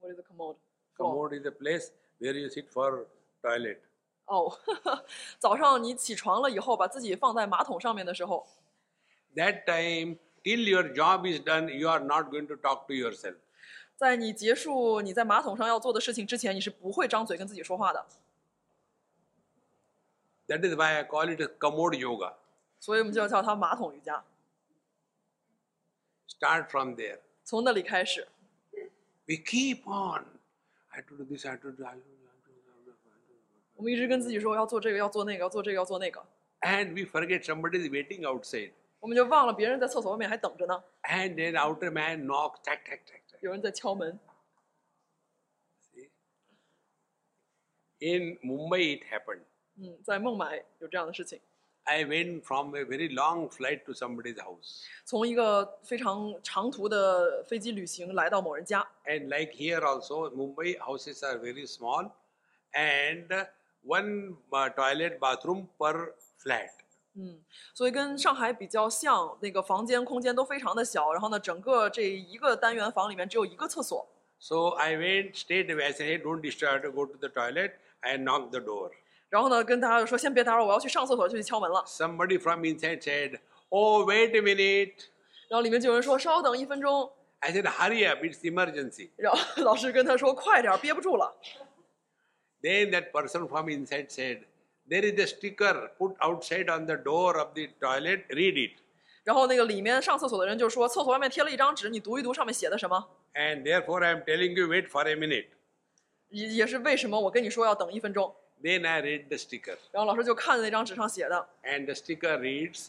What is the commode? floor? Commode is a place where you sit for toilet. 哦， 早上你起床了以后，把自己放在马桶上面的时候， That time, till your job is done, you are not going to talk to yourself. 在你结束你在马桶上要做的事情之前，你是不会张嘴跟自己说话的。 That is why I call it a commode yoga. 所以我们就叫它马桶瑜伽， Start from there. 从那里开始。 We keep on. I have to do this, I have to do I have to do, I have to do, I have to do. 我们一直跟自己说要做这个，要做那个，要做这个，要做那个， And we forget somebody is waiting outside. 我们就忘了别人在厕所外面还等着呢， And then outer man knocks, tack, tack, tack, tack. 有人在敲门。 In Mumbai, it happened. 嗯，在孟买有这样的事情， I went from a very long flight to somebody's house. 从一个非常长途的飞机旅行来到某人家， And like here also, Mumbai houses are very small and one uh, toilet bathroom per flat. 嗯，所以跟上海比较像，那个房间空间都非常的小，然后呢，整个这一个单元房里面只有一个厕所， So I went straight away. I said, hey, don't disturb, I have to go to the toilet. I knocked the door. 然后呢，跟大家说先别打扰，我要去上厕所，就去敲门了。 Somebody from inside said, oh, wait a minute. 然后里面就有人说稍等一分钟， I said, hurry up, it's emergency. 然后老师跟他说快点儿，憋不住了。 Then that person from inside said, There is a sticker put outside on the door of the toilet. Read it. 然后那个里面上厕所的人就说，厕所外面贴了一张纸，你读一读上面写的什么。 And therefore, I am telling you, wait for a minute. 也也是为什么我跟你说要等一分钟。 Then I read the sticker. 然后老师就看着那张纸上写的， And the sticker reads,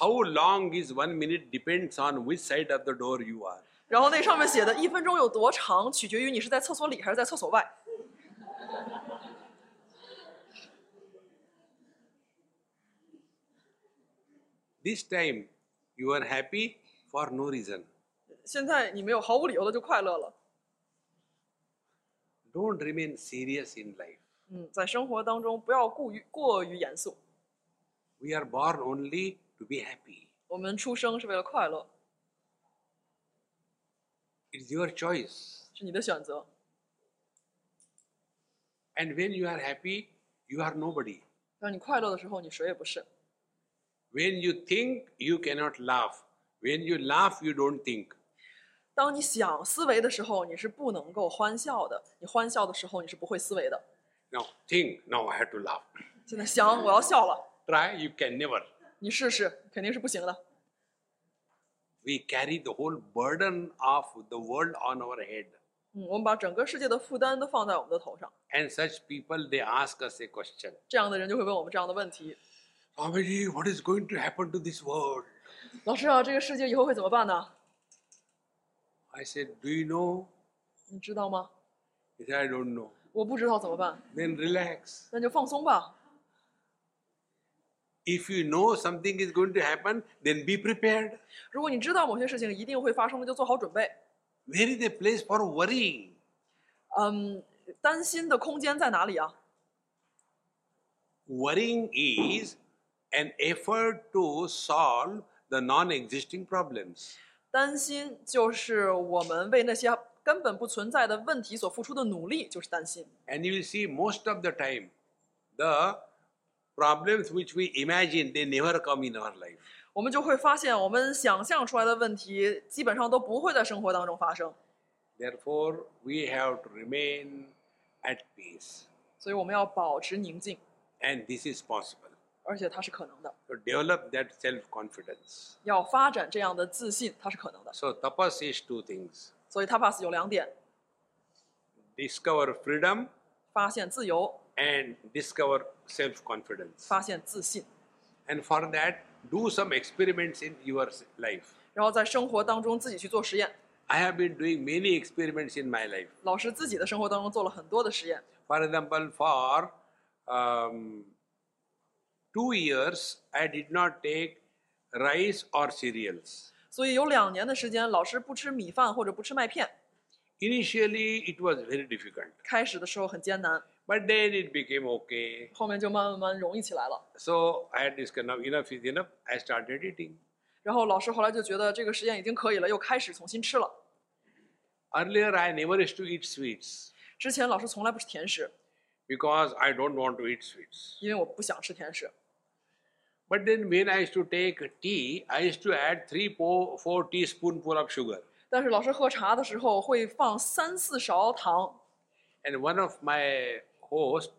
How long is one minute depends on which side of the door you are. 然后那上面写的一分钟有多长，取决于你是在厕所里还是在厕所外。 This time, you are happy for no reason. 现在你没有毫无理由的就快乐了。 Don't remain serious in life. 嗯，在生活当中不要过于过于严肃。 We are born only to be happy. 我们出生是为了快乐， It's your choice. 是你的选择。 And when you are happy, you are nobody. 让你快乐的时候，你谁也不是。 When you think, you cannot laugh. When you laugh, you don't think. 当你想思维的时候，你是不能够欢笑的。你欢笑的时候，你是不会思维的。 Now think, now I have to laugh. 现在想，我要笑了， Try, you can never. 你试试，肯定是不行的。 We carry the whole burden of the world on our head. 嗯，我们把整个世界的负担都放在我们的头上。 And such people, they ask us a question 这样的人就会问我们这样的问题： Swamiji, what is going to happen to this world? 老师啊，这个世界以后会怎么办呢？ I said, Do you know? 你知道吗？ He said, I don't know. 我不知道怎么办， Then relax. 那就放松吧。 If you know something is going to happen, then be prepared. 如果你知道某些事情一定会发生，就做好准备。 Where is a place for worrying? 嗯，担心的空间在哪里啊？ Worrying is an effort to solve the non existing problems. 担心就是我们为那些根本不存在的问题所付出的努力，就是担心。 And you will see most of the time, the problems which we imagine, they never come in our life. 我们就会发现，我们想象出来的问题基本上都不会在生活当中发生。 Therefore, we have to remain at peace. 所以我们要保持宁静， And this is possible. 而且它是可能的。 So develop that self confidence. 要发展这样的自信，它是可能的。 So tapas is two things. 所以 tapas 有两点： Discover freedom 发现自由， and discover self confidence. 发现自信。 And for that, do some experiments in your s- life. 然后在生活当中自己去做实验。 I have been doing many experiments in my life. 老师自己的生活当中做了很多的实验。 For example, for um, two years, I did not take rice or cereals. 所以有两年的时间，老师不吃米饭或者不吃麦片。 Initially, it was very difficult, 开始的时候很艰难， but then it became okay. 后面就慢慢慢容易起来了。 So I had this kind of enough is enough. I started eating. 然后老师后来就觉得这个实验已经可以了，又开始重新吃了。 Earlier, I never used to eat sweets 之前老师从来不吃甜食， because I don't want to eat sweets. 因为我不想吃甜食。 But then, when I used to take tea, I used to add three, po- four teaspoonful of sugar. 但是老师喝茶的时候会放三四勺糖。 And one of my hosts,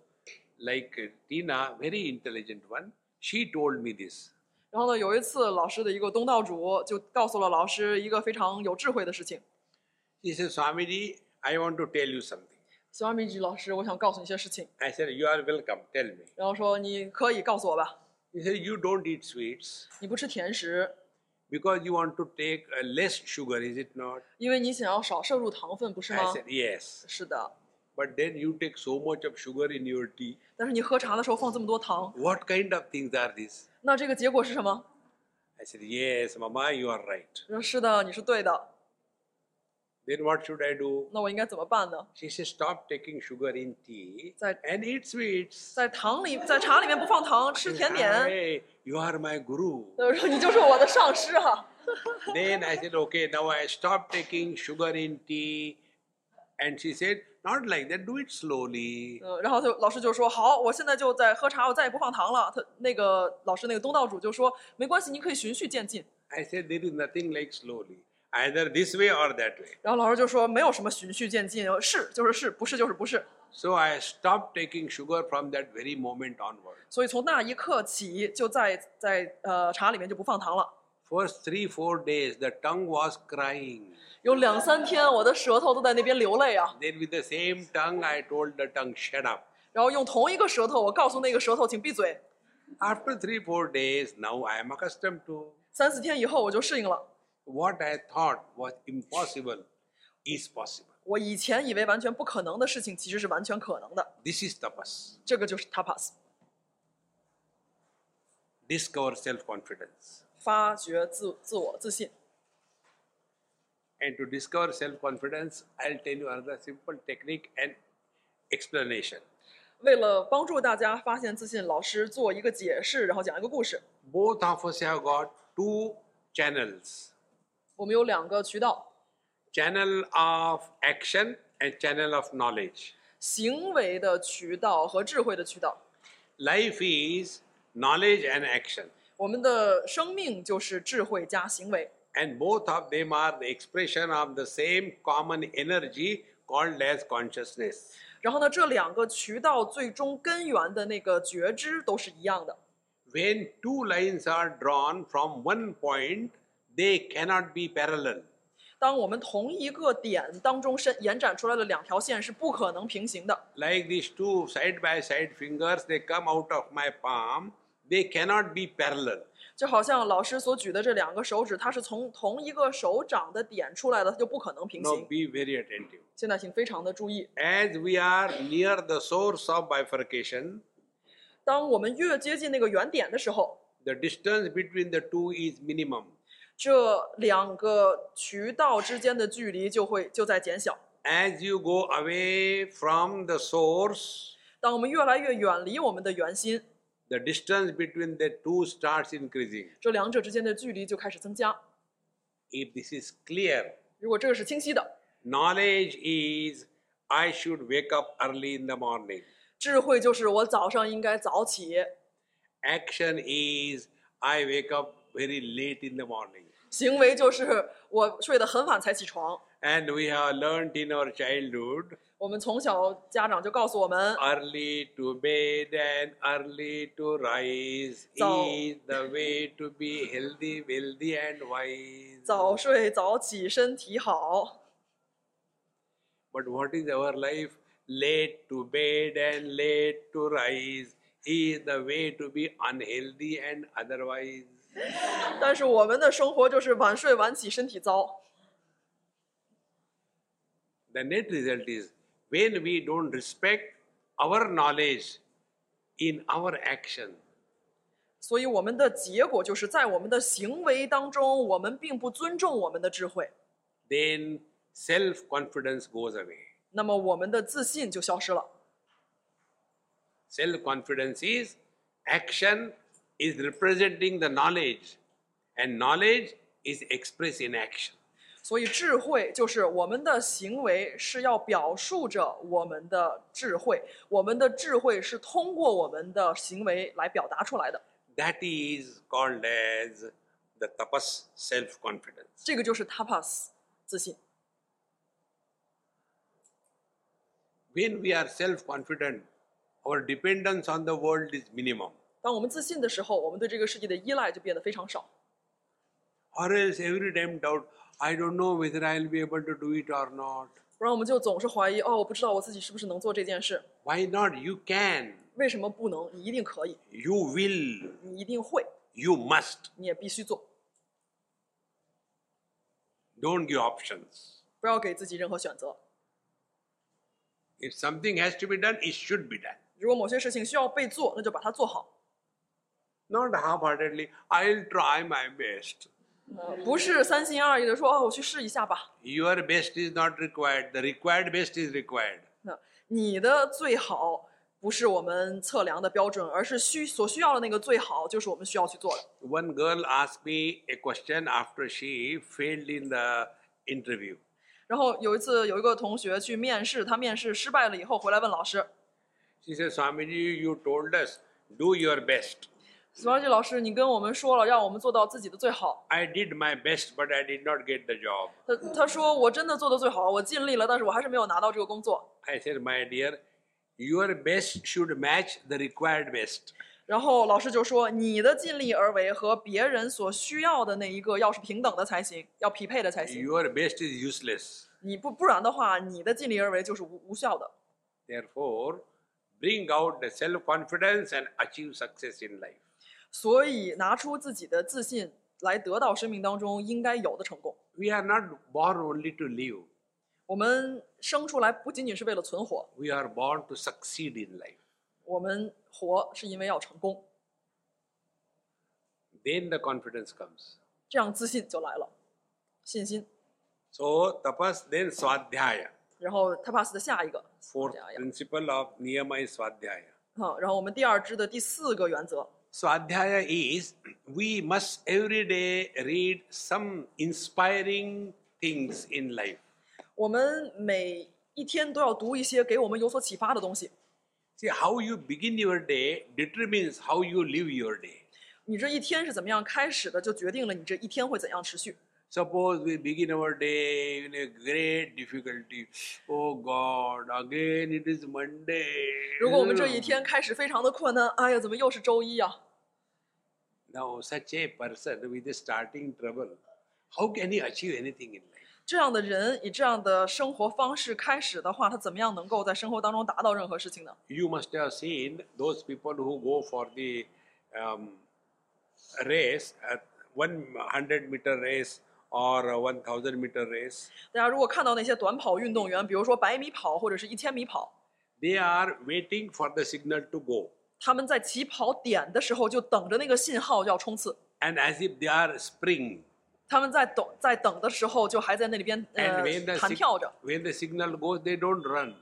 like Tina, very intelligent one, she told me this. 然后呢，有一次老师的一个东道主就告诉了老师一个非常有智慧的事情。 She said, Swamiji, I want to tell you something. 小啊米吉老师，我想告诉你一些事情。 I said, You are welcome, tell me. 然后说你可以告诉我吧， She said, You don't eat sweets 你不吃甜食， because you want to take uh, less sugar, is it not? 因为你想要少摄入糖分，不是 I 吗？ said, Yes. 是的， But then you take so much of sugar in your tea. 但是你喝茶的时候放这么多糖， What kind of things are these? 那这个结果是什么？ I said, Yes, Mama, you are right. 说是的，你是对的。 Then what should I do? 那我应该怎么办呢？ She said, Stop taking sugar in tea That- and eat sweets. 在糖里，在茶里面不放糖，吃甜点。 Hey, you are my guru. 我说你就是我的上师啊。 then I said, okay, now I stop taking sugar in tea. And she said, not like that, do it slowly. 嗯，然后就老师就说好，我现在就在喝茶，我再也不放糖了。他那个老师那个东道主就说没关系，你可以循序渐进。 I said, there is nothing like slowly. either this way or that way. 然后老师就说没有什么循序渐进，是就是是，不是就是不是。 So I stopped taking sugar from that very moment onward. 所以从那一刻起，就在在呃茶里面就不放糖了。 First three, four days, the tongue was crying. 有两三天，我的舌头都在那边流泪啊。 Then, with the same tongue, I told the tongue, shut up. 然后用同一个舌头，我告诉那个舌头请闭嘴。 After three, four days, now I am accustomed to 三四天以后，我就适应了。 what I thought was impossible is possible. 我以前以为完全不可能的事情，其实是完全可能的。 This is tapas. 这个就是 tapas， Discover self confidence. 发掘自自我自信。 And to discover self confidence, I'll tell you another simple technique and explanation. 为了帮助大家发现自信，老师做一个解释，然后讲一个故事。 Both of us have got two channels 我们有两个渠道： channel of action and channel of knowledge. 行为的渠道和智慧的渠道。 Life is knowledge and action, 我们的生命就是智慧加行为， and both of them are the expression of the same common energy called as consciousness. 然后呢，这两个渠道最终根源的那个觉知都是一样的。 When two lines are drawn from one point, they cannot be parallel. 当我们同一个点当中伸延展出来的两条线是不可能平行的， Like these two side by side fingers, they come out of my palm, they cannot be parallel. 就好像老师所举的这两个手指，它是从同一个手掌的点出来的，它就不可能平 Now 行。 be very attentive. 现在请非常的注意， As we are near the source of bifurcation, 当我们越接近那个原点的时候， the distance between the two is minimum. 这两个渠道之间的距离就会就在减小。 As you go away from the source, 当我们越来越远离我们的圆心， the distance between the two starts increasing. 这两者之间的距离就开始增加。 If this is clear, 如果这个是清晰的， knowledge is I should wake up early in the morning. 智慧就是我早上应该早起， Action is I wake up very late in the morning. 行为就是我睡得很晚才起床。 And we have learnt in our childhood 我们从小家长就告诉我们， early to bed and early to rise So- is the way to be healthy, wealthy, and wise. 早睡早起身体好。 But what is our life? Late to bed and late to rise is the way to be unhealthy and otherwise. 但是我们的生活就是晚睡晚起，身体糟。 The net result is when we don't respect our knowledge in our action, 所以我们的结果就是在我们的行为当中，我们并不尊重我们的智慧， then self confidence goes away. 那么我们的自信就消失了。 Self confidence is action is representing the knowledge, and knowledge is expressed in action. 所以智慧就是我们的行为是要表述着我们的智慧，我们的智慧是通过我们的行为来表达出来的。 That is called as the tapas self confidence. 这个就是 tapas 自信。 When we are self confident, our dependence on the world is minimum, 当我们自信的时候，我们对这个世界的依赖就变得非常少。 or else every time doubt, I don't know whether I'll be able to do it or not. 不然我们就总是怀疑，哦，我不知道我自己是不是能做这件事， Why not? You can, 为什么不能？你一定可以， you will, 你一定会， you must. 你也必须做， Don't give options. 不要给自己任何选择。 If something has to be done, it should be done. 如果某些事情需要被做，那就把它做好， Not half-heartedly, I'll try my best. 呃不是三心二意的说，哦，我去试一下吧， Your best is not required. The required best is required. 那你的最好不是我们测量的标准，而是需所需要的那个最好，就是我们需要去做的。 One girl asked me a question after she failed in the interview. 然后有一次，有一个同学去面试，他面试失败了以后回来问老师， She said, Swamiji, you told us, do your best. 许光义老师，你跟我们说了，让我们做到自己的最好。 I did my best, but I did not get the job. 他他说我真的做的最好，我尽力了，但是我还是没有拿到这个工作。 I said, my dear, your best should match the required best. 然后老师就说：“你的尽力而为和别人所需要的那一个要是平等的才行，要匹配的才行。 Your best is useless. 你不不然的话，你的尽力而为就是无无效的。 Therefore, bring out the self confidence and achieve success in life. 所以拿出自己的自信来得到生命当中应该有的成功。 We are not born only to live, 我们生出来不仅仅是为了存活， we are born to succeed in life. 我们活是因为要成功， Then the confidence comes. 这样自信就来了，信心。 So, tapas, then swadhyaya. 然后 tapas 的下一个 Fourth Swadhyaya. principle of niyama is swadhyaya. 啊、然后我们第二支的第四个原则， Swadhyaya is we must every day read some inspiring things in life. 我们每一天都要读一些给我们有所启发的东西。 See, how you begin your day determines how you live your day. 你这一天是怎么样开始的，就决定了你这一天会怎样持续。 Suppose we begin our day in a great difficulty. Oh God, again it is Monday. 如果我们这一天开始非常的困难，哎呀，怎么又是周一啊？ Now, such a person with a starting trouble, how can he achieve anything in life? 这样的人以这样的生活方式开始的话，他怎么样能够在生活当中达到任何事情呢？ You must have seen those people who go for the um, race, uh, 100 meter race or a 1000 meter race. 大家如果看到那些短跑运动员，比如说百米跑或者是一千米跑， They are waiting for the signal to go. 他们在起跑点的时候就等着那个信号要冲刺， And as if they are spring. 他们在等在等的时候就还在那里边 And 呃 when the, 弹 sig- 跳着， when the signal goes, they don't run.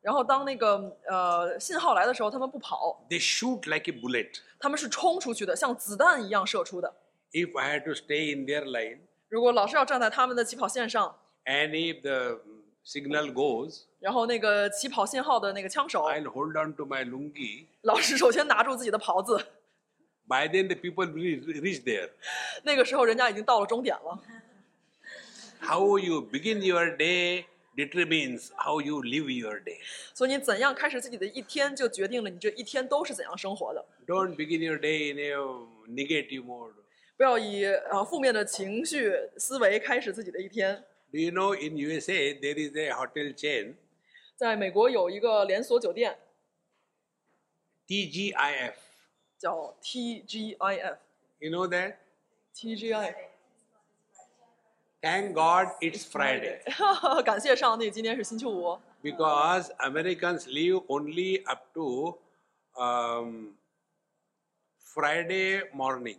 然后当那个呃信号来的时候，他们不跑， They shoot like a bullet. 他们是冲出去的，像子弹一样射出的。 If I had to stay in their line, 如果老是要站在他们的起跑线上， and if the um, signal goes, 然后那个起跑信号的那个枪手， I'll hold on to my lungi. 老师首先拿住自己的袍子， By then, the people will re- reach there. 那个时候人家已经到了终点了。 How you begin your day determines how you live your day. 所以你怎样开始自己的一天，就决定了你这一天都是怎样生活的。 Don't begin your day in a negative mode. 不要以呃负面的情绪思维开始自己的一天。 Do you know in USA there is a hotel chain 在美国有一个连锁酒店 TGIF? 叫 TGIF，TGIF You know that? Thank God it's Friday 感谢上帝，今天是星期五。 because Americans live only up to um, Friday morning.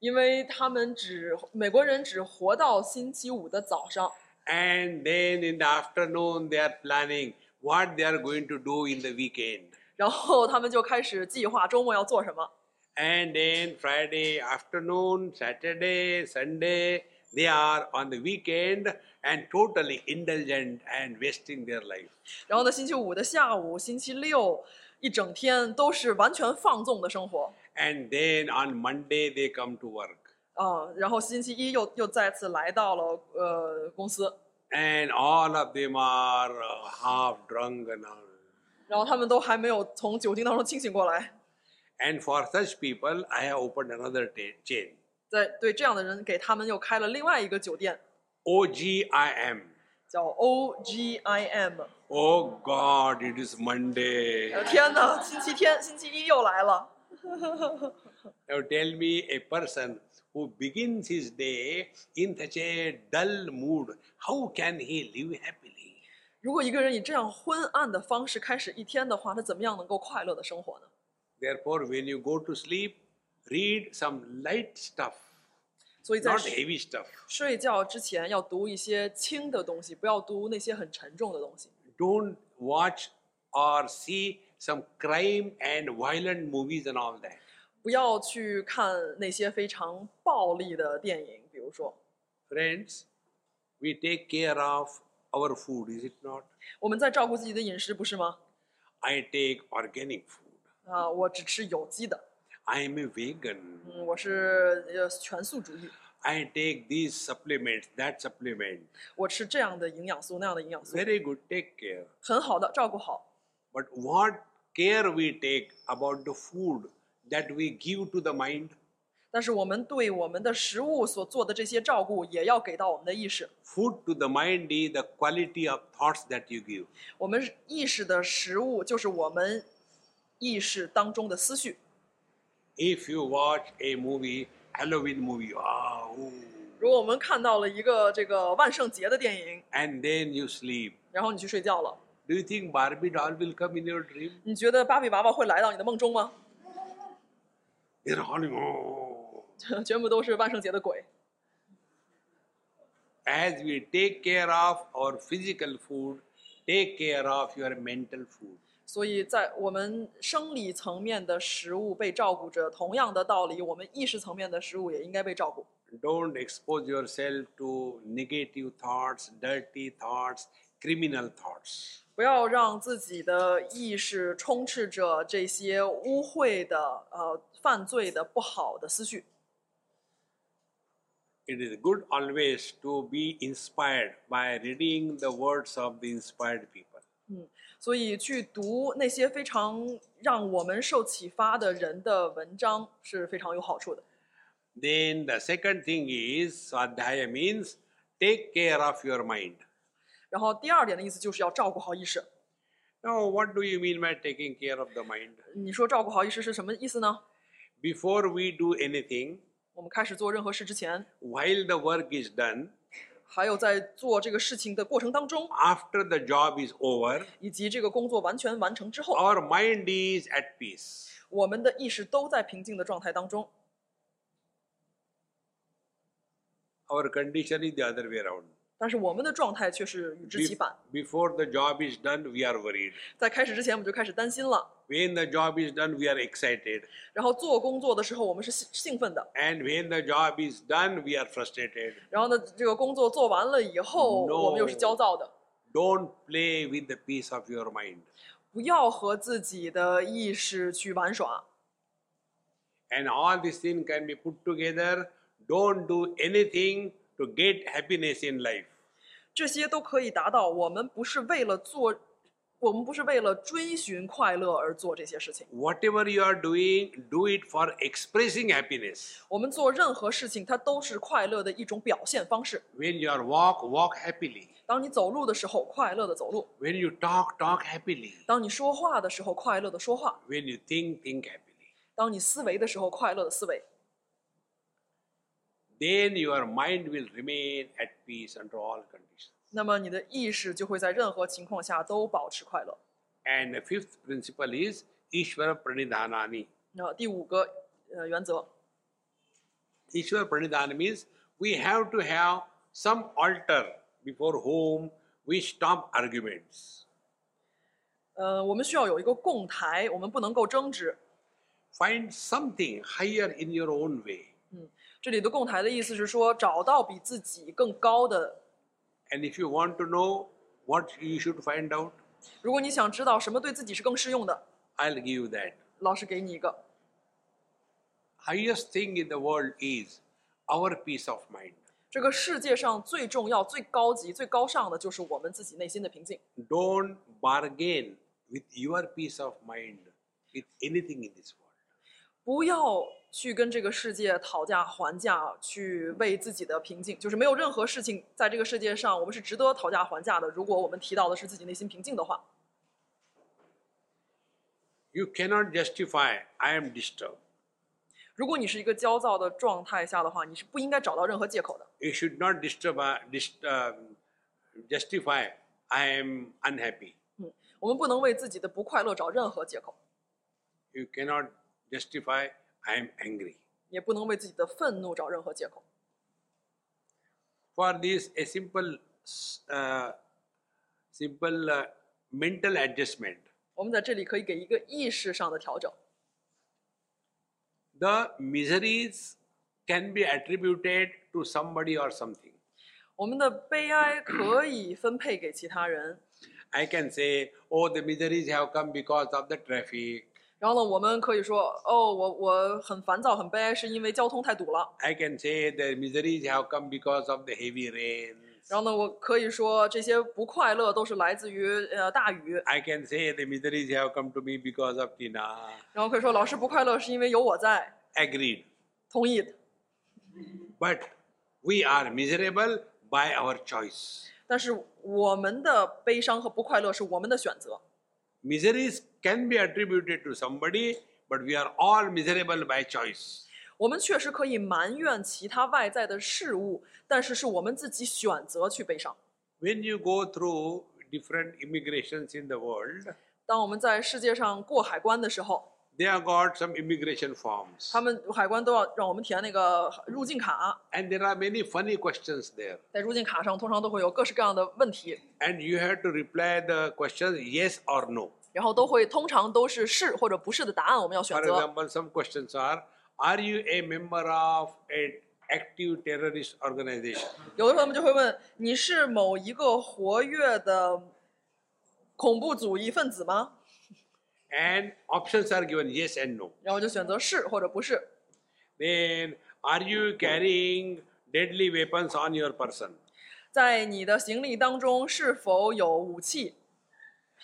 因为他们只美国人只活到星期五的早上， and then in the afternoon they are planning what they are going to do in the weekend 然后他们就开始计划周末要做什么。 and then friday afternoon saturday sunday they are on the weekend and totally indulgent and wasting their life 然后呢，星期五的下午、星期六一整天都是完全放纵的生活 and then on monday they come to work 啊、然后星期一又又再次来到了呃公司， and all of them are uh, half drunk and all 然后他们都还没有从酒精当中清醒过来。 and for such people i have opened another ta- chain 在对这样的人，给他们又开了另外一个酒店， ogim 叫 OGIM。 oh god it is monday 呃天哪，星期天、星期一又来了。 Now tell me a person who begins his day in such a dull mood, how can he live happily? 如果一个人以这样昏暗的方式开始一天的话，他怎么样能够快乐的生活呢？ Therefore, when you go to sleep, read some light stuff, 所以在 not heavy stuff. 睡觉之前要读一些轻的东西，不要读那些很沉重的东西。 Don't watch or see some crime and violent movies and all that. 不要去看那些非常暴力的电影，比如说， Friends, we take care of our food, is it not? 我们在照顾自己的饮食，不是吗？ I take organic food. 啊，我只吃有机的， I am a vegan. 嗯，我是呃全素主义， I take these supplements, that supplement. 我吃这样的营养素那样的营养素， Very good, take care. 很好的照顾好。 But what care we take about the food that we give to the mind? 但是我们对我们的食物所做的这些照顾，也要给到我们的意识。 Food to the mind is the quality of thoughts that you give. 我们意识的食物就是我们意识当中的思绪。 If you watch a movie, Halloween movie, ah, ooh, 如果我们看到了一个这个万圣节的电影， and then you sleep, 然后你去睡觉了， do you think Barbie doll will come in your dream? 你觉得芭比娃娃会来到你的梦中吗？ They're howling, oh. 全部都是万圣节的鬼。 As we take care of our physical food, take care of your mental food. 所以在我们生理层面的食物被照顾着，同样的道理，我们意识层面的食物也应该被照顾。 Don't expose yourself to negative thoughts, dirty thoughts, criminal thoughts. 不要让自己的意识充斥着这些污秽的、呃犯罪的、不好的思绪。 It is good always to be inspired by reading the words of the inspired people. 所以去读那些非常让我们受启发的人的文章是非常有好处的。 Then the second thing is Swadhyaya means take care of your mind. 然后第二点的意思就是要照顾好意识。 Now, what do you mean by taking care of the mind? 你说照顾好意识是什么意思呢？ Before we do anything, 我们开始做任何事之前， while the work is done, 还有在做这个事情的过程当中， after the job is over, 以及这个工作完全完成之后， our mind is at peace. 我们的意识都在平静的状态当中。 Our condition is the other way around. 但是我们的状态却是与之 Bef- 相反。 before the job is done, we are worried. 在开始之前，我们就开始担心了。 When the job is done, we are excited. 然后做工作的时候，我们是兴兴奋的。 And when the job is done, we are frustrated. 然后呢，这个工作做完了以后 No 我们又是焦躁的。 Don't play with the peace of your mind. 不要和自己的意识去玩耍。 And all these things can be put together. Don't do anything to get happiness in life. 这些都可以达到。我们不是为了做，我们不是为了追寻快乐而做这些事情。 Whatever you are doing, do it for expressing happiness. 我们做任何事情，它都是快乐的一种表现方式。 When you are walk, walk happily. 当你走路的时候，快乐的走路； When you talk, talk happily. 当你说话的时候，快乐的说话； When you think, think happily. 当你思维的时候，快乐的思维。 Then your mind will remain at peace under all conditions. 那么你的意识就会在任何情况下都保持快乐。 And the fifth principle is Ishvara Pranidhanani. 那第五个呃原则， Ishvara Pranidhana means we have to have some altar before whom we stop arguments. 呃，我们需要有一个供台，我们不能够争执。 Find something higher in your own way. 这里的供台的意思是说，找到比自己更高的。 And if you want to know what you should find out, 如果你想知道什么对自己是更适用的， I'll give you that. 老师给你一个。 Highest thing in the world is our peace of mind. 这个世界上最重要、最高级、最高尚的就是我们自己内心的平静。 Don't bargain with your peace of mind with anything in this world. 不要去跟这个世界讨价还价，去为自己的平静，就是没有任何事情在这个世界上我们是值得讨价还价的。如果我们提到的是自己内心平静的话， You cannot justify, I am disturbed. 如果你是一个焦躁的状态下的话，你是不应该找到任何借口的。 You should not disturb, uh, dist, um, justify, I am unhappy. 我们不能为自己的不快乐找任何借口， You cannot justify, I am angry. 也不能为自己的愤怒找任何借口。 For this, a simple, s- uh, simple uh, mental adjustment. 我们在这里可以给一个意识上的调整。 The miseries can be attributed to somebody or something. 我们的悲哀可以分配给其他人， I can say, oh, the miseries have come because of the traffic. 然后呢，我们可以说，哦，我我很烦躁、很悲哀，是因为交通太堵了。 I can say the miseries have come because of the heavy rain. 然后呢，我可以说这些不快乐都是来自于呃大雨。 I can say the miseries have come to me because of Tina. 然后可以说，老师不快乐是因为有我在。 Agreed. 同意， But we are miserable by our choice. 但是我们的悲伤和不快乐是我们的选择。 Miseries can be attributed to somebody, but we are all miserable by choice. 我们确实可以埋怨其他外在的事物，但是是我们自己选择去悲伤。 When you go through different immigrations in the world, 当我们在世界上过海关的时候， they have got some immigration forms. 他们海关都要让我们填那个入境卡， And there are many funny questions there. 在入境卡上通常都会有各式各样的问题， And you have to reply the questions yes or no. 然后都会通常都是是或者不是的答案，我们要选 For 择。 example, some questions are Are you a member of an active terrorist organization? 有的时候他们就会问：你是某一个活跃的恐怖主义分子吗？ And options are given yes and no. 然后就选择是或者不是。 Then, are you carrying deadly weapons on your person? 在你的行李当中是否有武器？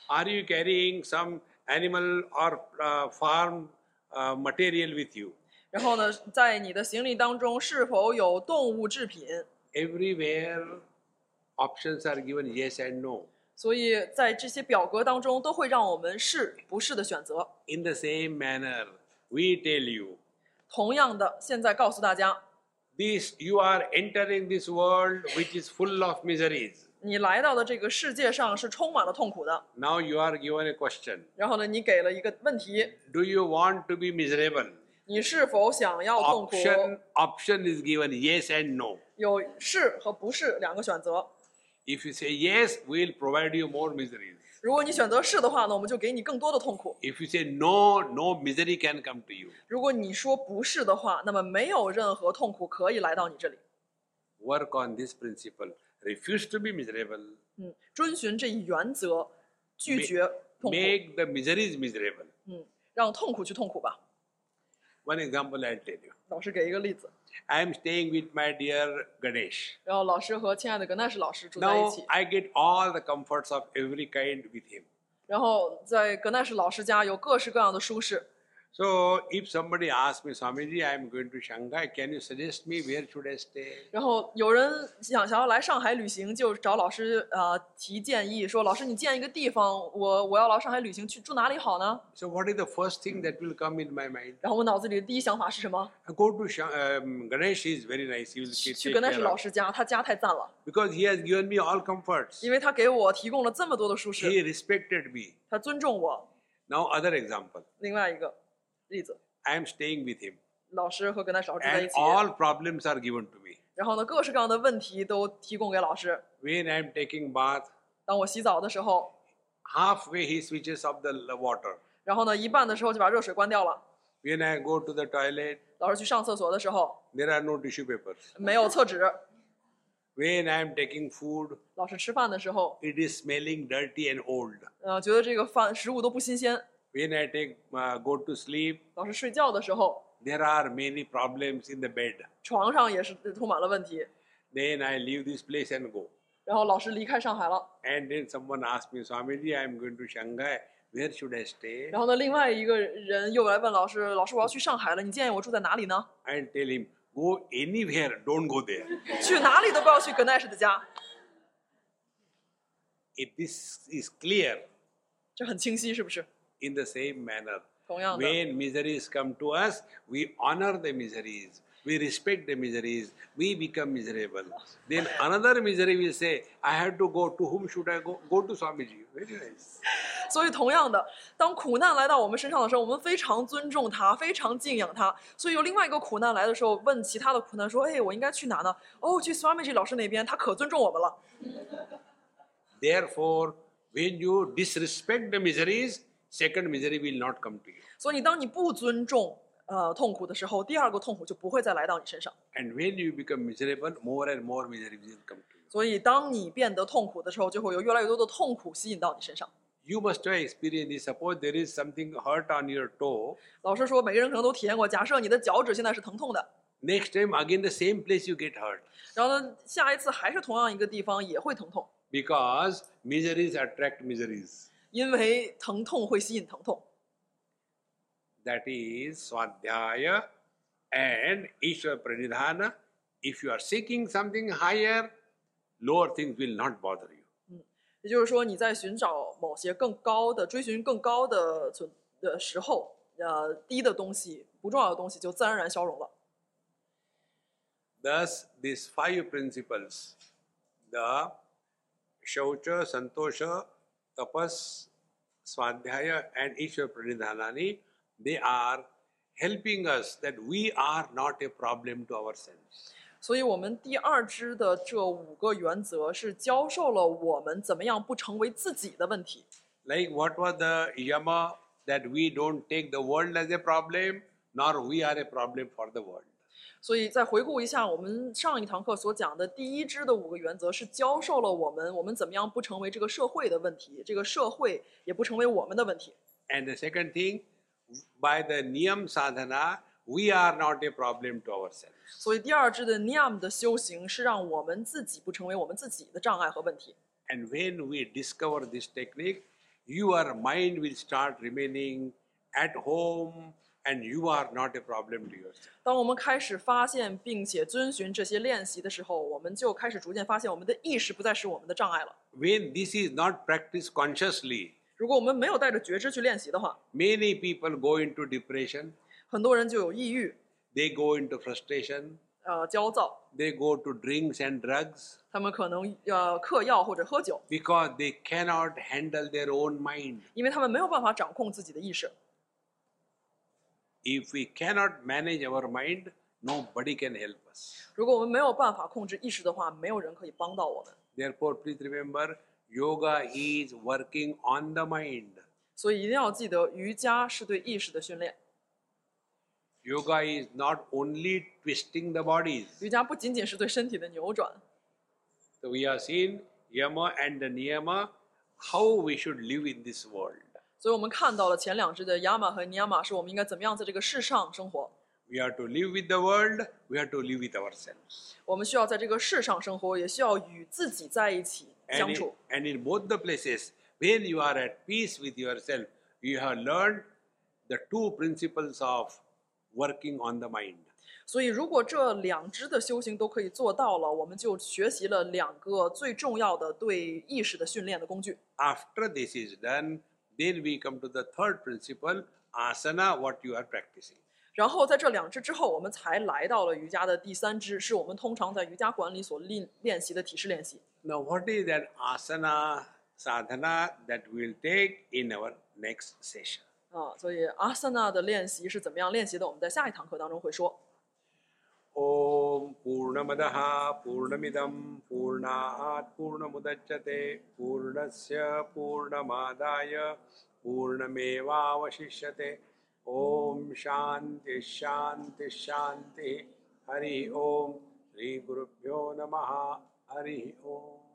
Are you carrying some animal or uh, farm uh, material with you? 然后呢，在你的行李当中是否有动物制品？ Everywhere, options are given yes and no. 所以在这些表格当中，都会让我们是不是的选择。 In the same manner, we tell you 同样的，现在告诉大家， this you are entering this world which is full of miseries. 你来到的这个世界上是充满了痛苦的。 Now you are given a question. 然后呢，你给了一个问题： Do you want to be miserable? 你是否想要痛苦？ Option option is given yes and no. 有是和不是两个选择。 If you say yes, we will provide you more miseries. 如果你选择是的话呢，我们就给你更多的痛苦； If you say no, no misery can come to you. 如果你说不是的话，那么没有任何痛苦可以来到你这里。 Work on this principle. Refuse to be miserable. 嗯，遵循这一原则，拒绝痛苦， Make the miseries miserable. 嗯，让痛苦去痛苦吧。 One example I'll tell you. 老师给一个例子， I am staying with my dear Ganesh. 然后老师和亲爱的格奈什老师住在一 Now 起， I get all the comforts of every kind with him. 然后在格奈什老师家有各式各样的舒适。 So if somebody asks me, Swamiji, I am going to Shanghai, can you suggest me where should I stay? 然后有人想想要来上海旅行，就找老师呃提建议，说老师你建一个地方，我我要来上海旅行去住哪里好呢？ So what is the first thing that will come in my mind? 然后我脑子里的第一想法是什么？ I go to Shang- um, Ganesh, he is very nice. He will take 去格奈什 care 老 of. 师家，他家太赞了， Because he has given me all comforts. 因为他给我提供了这么多的舒 He 适， respected me. 他尊重我。 Now other example. 另外一个例子， I am staying with him. 老师和格奈什老师住在一 And 起， all problems are given to me. 然后呢，各式各样的问题都提供给老师。 When I am taking bath, 当我洗澡的时候， halfway he switches off the l- water. 然后呢，一半的时候就把热水关掉了。 When I go to the toilet, 老师去上厕所的时候， there are no tissue papers. 没有厕纸。 When I am taking food, 老师吃饭的时候， it is smelling dirty and old. 呃，觉得这个饭食物都不新鲜。 When I take uh, go to sleep, 老师睡觉的时候， there are many problems in the bed. 床上也是充满了问题。 Then I leave this place and go. 然后老师离开上海了。 And then someone asked me, Swamiji, I am going to Shanghai. Where should I stay? 然后呢，另外一个人又来问老师：“老师，我要去上海了，你建议我住在哪里呢 I'll tell him, go anywhere, don't go there.？” 去哪里都不要去格奈什的家， If this is clear, 这很清晰，是不是？ in the same manner, 同样的， when miseries come to us, we honor the miseries. We respect the miseries. We become miserable. Then another misery will say, I have to go. To whom should I go? Go to Swamiji. Very nice. 所以同样的，当苦难来到我们身上的时候，我们非常尊重它，非常敬仰它。所以有另外一个苦难来的时候，问其他的苦难说：“哎，我应该去哪呢？”哦，去 Swamiji 老师那边，他可尊重我们了。 Therefore, when you disrespect the miseries, second misery will not come to you. 所以你当你不尊重呃痛苦的时候，第二个痛苦就不会再来到你身上。 And when you become miserable, more and more misery will come to you. 所以当你变得痛苦的时候，就会有越来越多的痛苦吸引到你身上。 You must have experienced this. Suppose there is something hurt on your toe. 老师说，每个人可能都体验过。假设你的脚趾现在是疼痛的， Next time, again, the same place you get hurt. 然后呢，下一次还是同样一个地方也会疼痛， Because miseries attract miseries. 因为疼痛会吸引疼痛。 That is Swadhyaya and Ishwar Pranidhana. If you are seeking something higher, lower things will not bother you. 也就是说，你在寻找某些更高的、追寻更高的存的时候，呃，低的东西、不重要的东西就自然而然消融了。 Thus, these five principles the Shaucha, Santosha, Tapas, Swadhyaya, and Ishwar Pranidhanani they are helping us that we are not a problem to ourselves. 所以，我们第二支的这五个原则是教授了我们怎么样不成为自己的问题。 Like what was the Yama that we don't take the world as a problem, nor we are a problem for the world. 所以再回顾一下我们上一堂课所讲的第一支的五个原则，是教授了我们我们怎么样不成为这个社会的问题，这个社会也不成为我们的问题。 And the second thing, by the Niyam Sadhana, we are not a problem to ourselves. 所以第二支的 niam 的修行是让我们自己不成为我们自己的障碍和问题。 And when we discover this technique, your mind will start remaining at home and you are not a problem to yourself. 当我们开始发现并且遵循这些练习的时候，我们就开始逐渐发现我们的意识不再是我们的障碍了。 When this is not practiced consciously, 如果我们没有带着觉知去练习的话， many people go into depression, 很多人就有抑郁、 they go into frustration, 呃焦躁， they go to drinks and drugs 他们可能呃嗑药或者喝酒， because they cannot handle their own mind. 因为他们没有办法掌控自己的意识。 If we cannot manage our mind, nobody can help us. 如果我们没有办法控制意识的话，没有人可以帮到我们。 Therefore, please remember yoga is working on the mind. 所以一定要记得，瑜伽是对意识的训练。 Yoga is not only twisting the bodies. 瑜伽不仅仅是对身体的扭转， So we have seen Yama and the Niyama, how we should live in this world. 所以我们看到了前两支的 yama 和 niyama 是我们应该怎么样在这个世上生活。 We have to live with the world, we have to live with ourselves. 我们需要在这个世上生活，也需要与自己在一起 And 相 in, 处。 and in both the places, when you are at peace with yourself, you have learned the two principles of working on the mind. 所以，如果这两支的修行都可以做到了，我们就学习了两个最重要的对意识的训练的工具。 After this is done, then we come to the third principle, asana, what you are practicing. 然后在这两支之后，我们才来到了瑜伽的第三支，是我们通常在瑜伽馆里所练练习的体式练习。 Now, what is that asana sadhana that we will take in our next session? 啊，所以 asana 的练习是怎么样练习的？我们在下一堂课当中会说。 Om Purnamadaha Purnamidam Purnaat Purnamudachyate Purnasya Purnamadaya Purnameva Vashishyate Om Shanti Shanti Shanti Hari Om Sri Gurubhyo Namaha Hari Om